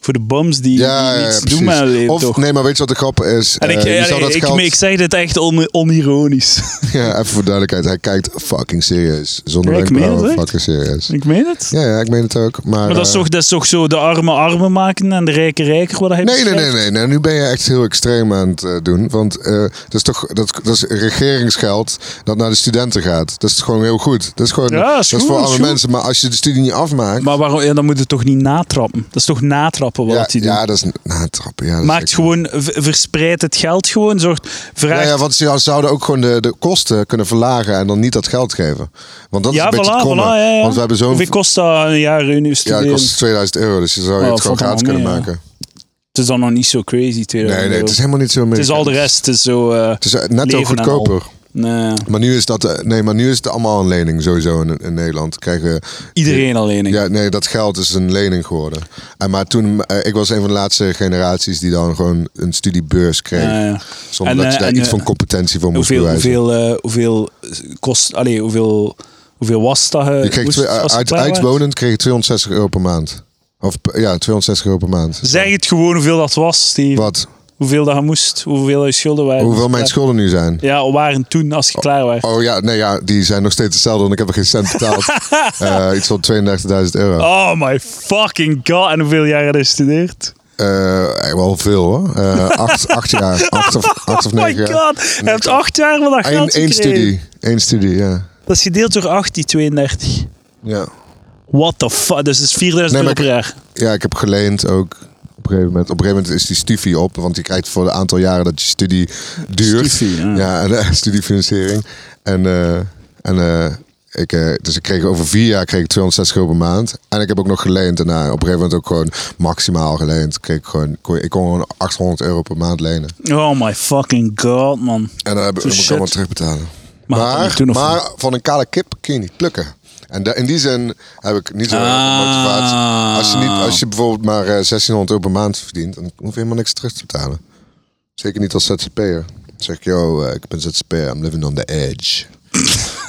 voor de bums die, die niets doen met hun leven.
of,
toch?
Nee, maar weet je wat de grap is?
en ik,
Eh, je
ja,
zou dat
ik,
geld...
ik zeg dit echt on- onironisch.
Ja, even voor duidelijkheid. Hij kijkt fucking serieus. Zonder
Ja, ik meen
wenkbrauwen
het echt.
fucking serieus.
ik meen het.
Ja, ja, ik meen het ook. Maar,
Maar dat is,
eh,
toch, dat is toch zo de arme armen maken en de rijke rijker, wat hij
Nee, nee, nee,
beschrijft?
nee, nee. Nu ben je echt heel extreem aan het eh, doen. Want eh, dat is toch dat, dat is regeringsgeld dat naar de studenten gaat. Dat is gewoon heel goed. Dat is gewoon
Ja, is
dat is
goed,
voor
is
alle
goed.
mensen. Maar als je de studie niet afmaakt.
Maar waarom, ja, dan moet je toch niet natrappen? Dat is toch natrap? trappen wat
ja,
hij doet.
ja, dat is nou, trappen. Ja, dat is
Maakt
echt-
gewoon, v- verspreidt het geld gewoon, zorgt,
Ja,
vraagt...
ja, want ze zouden ook gewoon de, de kosten kunnen verlagen en dan niet dat geld geven. Want dat is
Ja,
een beetje het
voilà, voilà,
kromme.
ja, ja.
Want we hebben zo'n...
Hoeveel kost dat een jaar in uw
Ja,
studeren?
dat kost 2000 euro, dus je zou je
Oh,
het gewoon
fuck,
gratis
man,
kunnen
ja.
maken.
Het is dan nog niet zo crazy. 2000
Nee, nee, het
euro.
is helemaal niet zo meer.
Het is al de rest. Het is zo... eh,
Het is eh, netto
leven en al.
goedkoper.
nee.
Maar nu is dat, eh, nee, maar nu is het allemaal een lening sowieso in, in Nederland. Krijgen,
Iedereen alleen. denk ik.
ja, nee, dat geld is een lening geworden. En maar toen, eh, ik was een van de laatste generaties die dan gewoon een studiebeurs kreeg.
Ja, ja.
Zonder
En,
dat je
eh,
daar
en,
iets
eh,
van competentie voor moest
Hoeveel,
bewijzen.
hoeveel, eh, hoeveel kost... Allee, hoeveel, hoeveel was dat?
je kreeg twee, eh, uit, uitwonend kreeg je 260 euro per maand. Of p- ja, 260 euro per maand.
Zeg het gewoon hoeveel dat was, Steve.
Wat?
Hoeveel dat je moest, hoeveel je schulden waren.
Hoeveel mijn schulden nu zijn?
Ja, waren toen als je klaar was.
Oh ja, nee, ja, die zijn nog steeds hetzelfde, want ik heb er geen cent betaald. Eh, iets van 32.000 euro.
Oh my fucking god. En hoeveel jaar heb je gestudeerd?
Eh, wel veel hoor. Eh, acht, acht jaar. Acht of, acht of
Oh my
negen jaar.
god. Je hebt acht jaar van dat
Eén
geld
één
gekregen.
studie. Eén studie, ja.
Dat is gedeeld door 8, die 32.
ja.
What the fuck? Dus dat is 4000
Nee,
euro
maar
per jaar.
Ja, ik heb geleend ook. Op een, gegeven moment. op een gegeven moment is die studie op, want je krijgt voor een aantal jaren dat je studie duurt.
Stufie, ja.
en, eh, studiefinanciering. En, eh, en eh, ik, eh, dus ik kreeg over vier jaar kreeg ik 260 euro per maand. En ik heb ook nog geleend daarna. Op een gegeven moment ook gewoon maximaal geleend. Kreeg ik, gewoon, kon- ik kon gewoon 800 euro per maand lenen.
Oh my fucking god, man.
En dan heb ik
Zo
moet ik
shit.
allemaal terugbetalen.
Maar had dat
Maar,
niet toen of
maar
niet?
van een kale kip kun je niet plukken. En da- in die zin heb ik niet zo heel
Ah.
veel motivatie. Als je, niet, als je bijvoorbeeld maar eh, 1600 euro per maand verdient, dan hoef je helemaal niks terug te betalen. Zeker niet als ZZP'er. Dan zeg ik, yo, eh, ik ben ZZP'er, I'm living on the edge.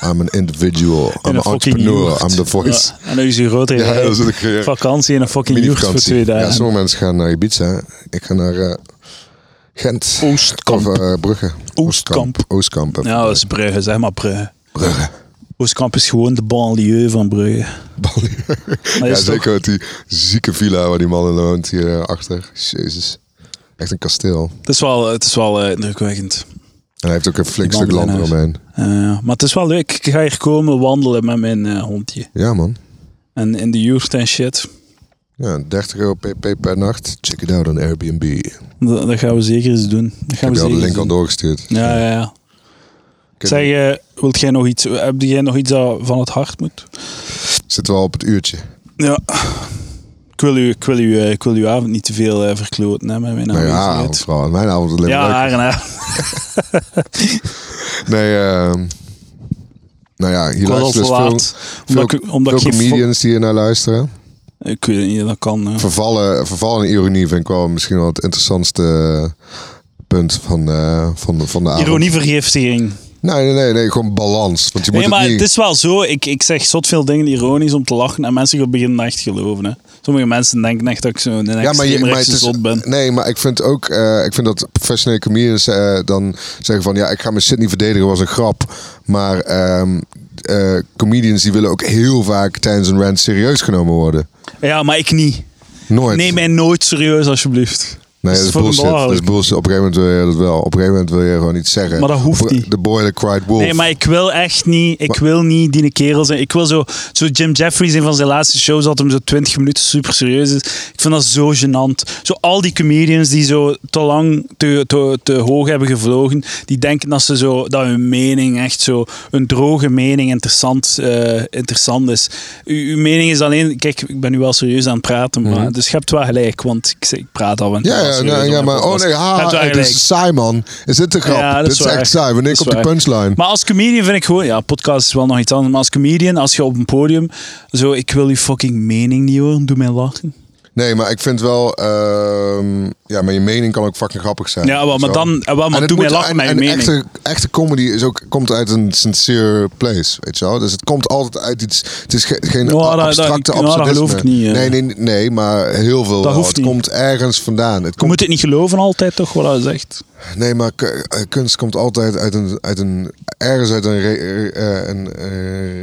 I'm an individual,
In
I'm an
een fucking
entrepreneur,
joert.
I'm the voice.
Ja, en dan is je groot
Ja, dat is het, ja.
Vakantie in een fucking joert voor twee
Minivakantie. Ja,
dagen.
sommige mensen gaan naar Ibiza. Ik ga naar eh, Gent.
Oostkamp.
Of eh, Brugge.
Oostkamp. Nou,
Oostkamp. even.
Ja, dat is Brugge, zeg maar Brugge.
Brugge.
Oostkamp is gewoon de banlieue van Brugge.
Bali.
Maar
ja,
is
zeker met die zieke villa waar die man in woont hier eh, achter. Jezus. Echt een kasteel.
Het is wel, het is wel eh, indrukwekkend.
En hij heeft ook een flink
Die
stuk
man
land
in huis.
eromheen.
Eh, maar het is wel leuk. Ik ga hier komen wandelen met mijn eh, hondje.
Ja, man.
En in de joert en shit.
Ja, 30 euro pp per nacht. Check it out on Airbnb. Ik
Dat, dat gaan we zeker eens doen. Dat gaan we
heb je al
zeker
de
eens
link al
doen.
doorgestuurd.
Ja, ja, ja.
Ik heb-
Zeg, eh, wilt jij nog iets, heb jij nog iets dat van het hart moet?
Zitten we al op het uurtje.
Nou, Ja. Ik wil, u, ik, wil u, eh, ik wil uw avond niet te veel eh, verkloten hè, met mijn
Nou ja,
aanwezigheid.
avond vooral. Mijn avond is alleen
ja,
maar
haar
leuk.
en haar.
Nee, ehm, nou ja, hier
Ik was al
luisteren
te laat.
dus veel,
Omdat ik-
veel,
omdat
veel
ik geen fo-
comedians die hier naar luisteren.
Ik weet het niet, dat kan. eh. hè.
Vervallen, vervallen in ironie vind ik wel misschien wel het interessantste punt van, eh, van, de- van de avond.
Ironievergiftiging.
Nee, nee, nee, nee, gewoon balans. Want je moet
Nee, maar
het niet...
het is wel zo. Ik, ik zeg zot veel dingen ironisch om te lachen. En mensen gaan beginnen echt geloven. Hè. Sommige mensen denken echt dat ik zo'n ja,
het
extreemrechtse
is-
zot ben.
Nee, maar ik vind ook... eh, ik vind dat professionele comedians eh, dan zeggen van... Ja, ik ga mijn shit niet verdedigen, was een grap. Maar ehm, eh, comedians die willen ook heel vaak tijdens een rant serieus genomen worden.
Ja, maar ik niet.
Nooit.
Neem mij nooit serieus, alsjeblieft.
Nee, dat is
fucking
bullshit. Dat is
belachelijk.
bullshit. Op een gegeven moment wil je dat wel. Op een gegeven moment wil je gewoon iets zeggen.
Maar dat hoeft
Op-
niet.
The boy that cried wolf.
Nee, maar ik wil echt niet. Ik wil niet die kerel zijn. Ik wil zo, zo Jim Jeffries in van zijn laatste shows had hem zo 20 minuten super serieus is. Ik vind dat zo gênant. Zo al die comedians die zo te lang te, te, te hoog hebben gevlogen, die denken dat ze zo dat hun mening echt zo een droge mening interessant, eh, interessant is. U, uw mening is alleen, kijk, ik ben nu wel serieus aan het praten, maar dus je hebt wel gelijk, want ik, zeg- ik praat al.
Mhm. Ja, ja, ja, ja, maar oh nee, ha,
het
hey, dit is saai man. Is dit een grap?
Ja, dat
dit
is
is
waar.
echt saai. Wanneer
Dat is
komt
waar.
die punchline?
Maar als comedian vind ik gewoon, ja, podcast is wel nog iets anders. Maar als comedian, als je op een podium, zo, ik wil je fucking mening niet horen, doe mij lachen.
Nee, maar ik vind wel, ehm, ja, maar je mening kan ook fucking grappig zijn.
Ja, wel, maar
Zo.
dan- eh, wel, maar
En het
doe mij
moet-
lachen
en-
met je
en
mening.
Echte, echte comedy is ook, komt uit een sincere place, weet je wel? Dus het komt altijd uit iets, het is ge- geen
Nou, dat- dat-
abstracte
nou, dat
absurdisme.
geloof ik niet, eh.
Nee, nee, nee, maar heel veel wel.
hoeft
het
niet.
komt ergens vandaan. Het
Je
komt,
moet het niet geloven altijd, toch, wat hij zegt.
Nee, maar k- eh, kunst komt altijd uit een, uit een ergens uit een, re- eh, een, eh,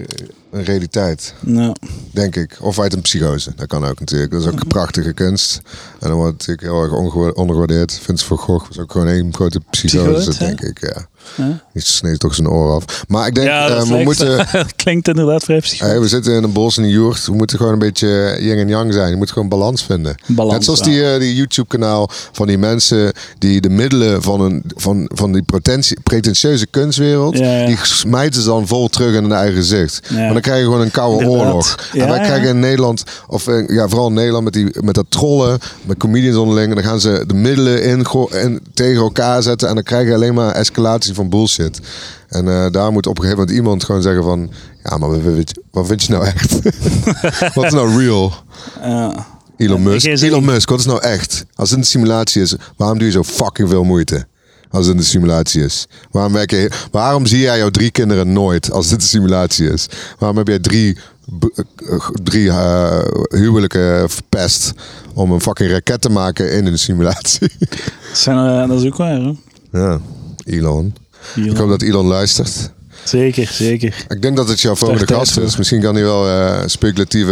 een realiteit.
Ja.
Denk ik. Of uit een psychose. Dat kan ook natuurlijk. Dat is ook een prachtige kunst. En dan wordt het natuurlijk heel erg ongewa- ondergewaardeerd. Vindt van Gogh was ook gewoon één grote psychose,
Psychoot, hè?
denk ik. Ja. Die sneed toch zijn oor af. Maar ik denk,
Ja, dat
eh, we
lijkt-
moeten...
klinkt inderdaad vrij psychisch.
Hey, we zitten in een bos in een joert. We moeten gewoon een beetje yin en yang zijn. Je moet gewoon balans vinden.
Balans,
Net zoals
ja.
die, eh, die YouTube-kanaal van die mensen die de middelen van, een, van, van die pretentie- pretentieuze kunstwereld,
Ja, ja.
die smijten ze dan vol terug in hun eigen gezicht.
Ja.
Maar dan krijg je gewoon een koude
Inderdaad.
oorlog.
Ja,
en wij
ja.
krijgen in Nederland, of eh, ja, vooral in Nederland met, die, met dat trollen, met comedians onderling, en dan gaan ze de middelen in, go- in, tegen elkaar zetten en dan krijg je alleen maar escalatie van bullshit. En eh, daar moet op een gegeven moment iemand gewoon zeggen van, ja, maar wat vind je, wat vind je nou echt? wat is nou real?
Ja.
Elon Musk.
is-
Elon Musk, wat is nou echt? Als het een simulatie is, waarom doe je zo fucking veel moeite? Als het een simulatie is. Waarom, werk je, waarom zie jij jouw drie kinderen nooit als dit een simulatie is? Waarom heb jij drie, b- eh, drie eh, huwelijken verpest om een fucking raket te maken in een simulatie?
Dat zijn, eh, dat is ook waar. Hoor.
ja, Elon. Ik
Elon.
hoop dat Elon luistert.
Zeker, zeker.
Ik denk dat het jouw volgende
tijd
gast
voor.
is. Misschien kan hij wel eh, speculatieve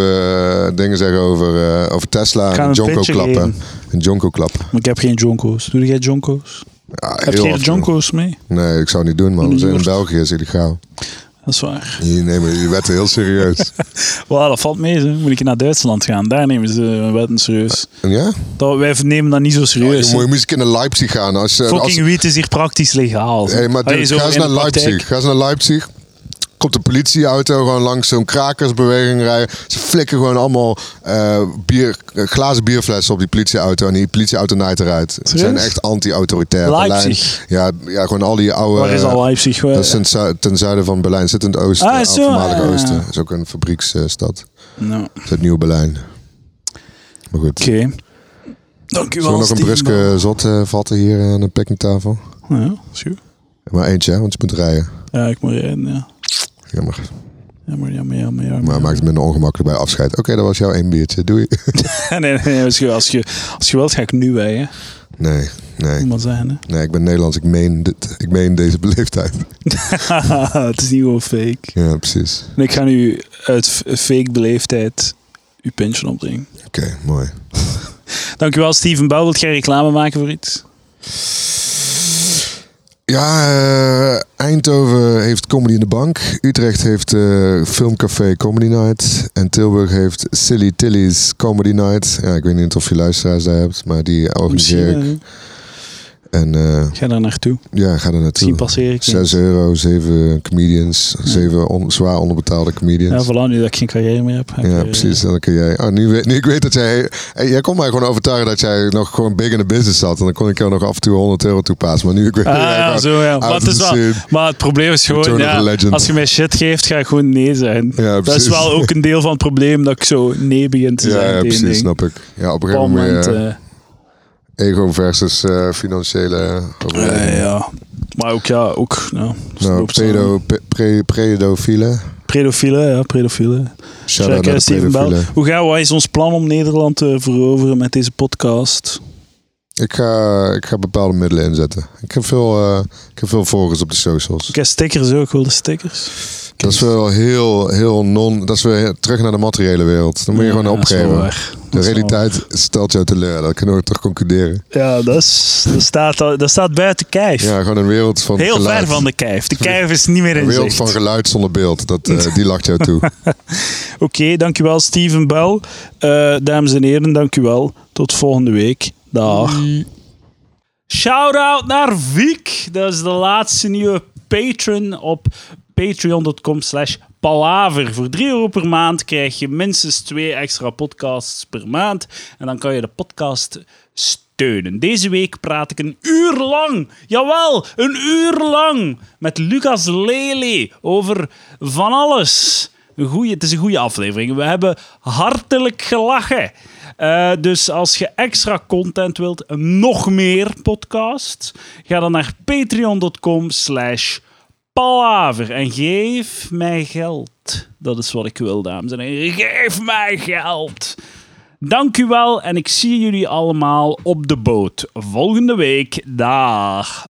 eh, dingen zeggen over, eh, over Tesla
ga
en
een
Jonko
pitje
klappen.
geven.
En Jonko klappen.
Maar ik heb geen jonko's. Doe jij jonko's?
Ja,
Heb
heel
je geen
af en toe.
jonko's mee?
Nee, ik zou het niet doen, man.
In de
We zijn in
jeugd.
België is illegaal.
Dat is waar.
Die nemen die wetten heel serieus.
Wel, dat valt mee. Zo. Moet ik naar Duitsland gaan. Daar nemen ze hun wetten serieus.
En ja?
Dat, wij nemen dat niet zo
Je
serieus.
moet
hè.
je muziek in Leipzig gaan. Als, je-
Fucking
als,
wiet is hier praktisch legaal. zo.
hey, maar
Allee,
dude,
zo
ga eens
in
naar
de praktijk.
Leipzig. Ga eens naar Leipzig. Komt de politieauto gewoon langs zo'n krakersbeweging rijden. Ze flikken gewoon allemaal eh, bier, eh, glazen bierflessen op die politieauto. En die politieauto naait eruit. Ze zijn
Serieus?
echt anti-autoritair.
Leipzig?
Berlijn. Ja, ja, gewoon al die oude...
Waar is al Leipzig? Waar-
Eh, Dat is in het zu- ten zuiden van Berlijn. Zit in het oosten.
Ah,
Ah,
zo,
voormalige
ah.
oosten. Dat is ook een fabrieksstad.
Nou, Oké.
Dat is het nieuwe Berlijn. Maar
Dank u
goed. Zullen
wel,
we nog een
Steven.
bruske zot eh, vatten hier aan de picknicktafel?
Ja, is goed.
Maar eentje, hè, want je moet rijden.
Ja, ik moet rijden, ja.
Jammer.
Jammer, jammer, jammer, jammer.
Maar maakt het minder ongemakkelijk bij afscheid. Oké, dat was jouw één biertje. Doei.
nee, nee, nee, als je, als je, als je wilt ga ik nu bij, hè.
Nee, nee.
Moet maar zijn, hè.
Nee, ik ben Nederlands. Ik meen, dit, ik meen deze beleefdheid.
het is niet gewoon fake.
Ja, precies.
En ik ga nu uit f- fake beleefdheid uw pintje opdringen.
Oké, mooi.
Dankjewel, Steven Bouw. Wilt jij reclame maken voor iets?
Ja, eh, Eindhoven heeft Comedy in de Bank. Utrecht heeft eh, Filmcafé Comedy Night. En Tilburg heeft Silly Tilly's Comedy Night. Ja, ik weet niet of je luisteraars daar hebt, maar die organiseer ik.
Misschien,
En eh,
eh, ga daar naartoe.
ja, ga
Misschien
er naartoe.
passeer ik.
6 euro, 7 comedians, 7 on- zwaar onderbetaalde
Ja,
comedians.
vooral nu dat ik geen carrière meer heb. ga ik eh,
Ja,
weer,
precies. En dan kun jij. Oh, nu, weet- nu ik weet dat jij. hey, jij kon mij gewoon overtuigen dat jij nog gewoon big in the business zat. En dan kon ik jou nog af en toe 100 euro toepassen. Maar nu ik weet
eh,
dat jij
Ah, ja,
gewoon
zo ja. Maar
out
het, is
of
wel,
the scene.
maar het probleem is gewoon,
Return of a
ja,
legend.
als je mij shit geeft, ga ik gewoon nee zijn.
Ja,
dat is
precies.
wel ook een deel van het probleem, dat ik zo nee begin te zijn.
Ja, ja,
tegen
precies,
dingen.
snap ik. Ja, op
Op een
een gegeven moment
moment,
eh,
eh,
ego versus eh, financiële overweging.
eh, ja. Maar ook, ja, ook, ja. dus
Nou,
loopt zo.
pedo, pe- pre, predofiele.
Predofiele, ja, predofiele.
Shout-out
Check, eh,
naar de
Steven Bell.
pedofielen.
Hoe gaan, wat is ons plan om Nederland te veroveren met deze podcast?
Ik ga, ik ga bepaalde middelen inzetten. Ik heb veel, eh, ik heb veel volgers op de socials.
Ik heb stickers ook, ik wil de stickers.
Dat is wel heel, heel non. Dat is weer terug naar de materiële wereld. Dan moet je
Ja,
gewoon
dat is wel
opgeven.
waar.
De
Dat is wel
realiteit stelt jou teleur. Dat kunnen we toch concluderen.
Ja, dat, is, dat, staat, al- dat staat buiten kijf.
Ja, gewoon een wereld van
Heel
geluid.
ver van de kijf. De kijf is niet meer
Een
in
wereld
zicht.
van
Oké,
geluid zonder beeld. Dat, eh, die lacht jou toe.
dankjewel Steven Bell. Eh, dames en heren, dankjewel. Tot volgende week. Dag. Shout-out naar Viek. Dat is de laatste nieuwe patron op patreon.com slash palaver. Voor 3 euro per maand krijg je minstens twee extra podcasts per maand. En dan kan je de podcast steunen. Deze week praat ik een uur lang, jawel, een uur lang, met Lucas Lely over van alles. Een goeie, het is een goede aflevering. We hebben hartelijk gelachen. Eh, dus als je extra content wilt, een nog meer podcast, ga dan naar patreon.com slash palaver en geef mij geld. Dat is wat ik wil, dames en heren. Geef mij geld. Dank u wel en ik zie jullie allemaal op de boot volgende week. Dag.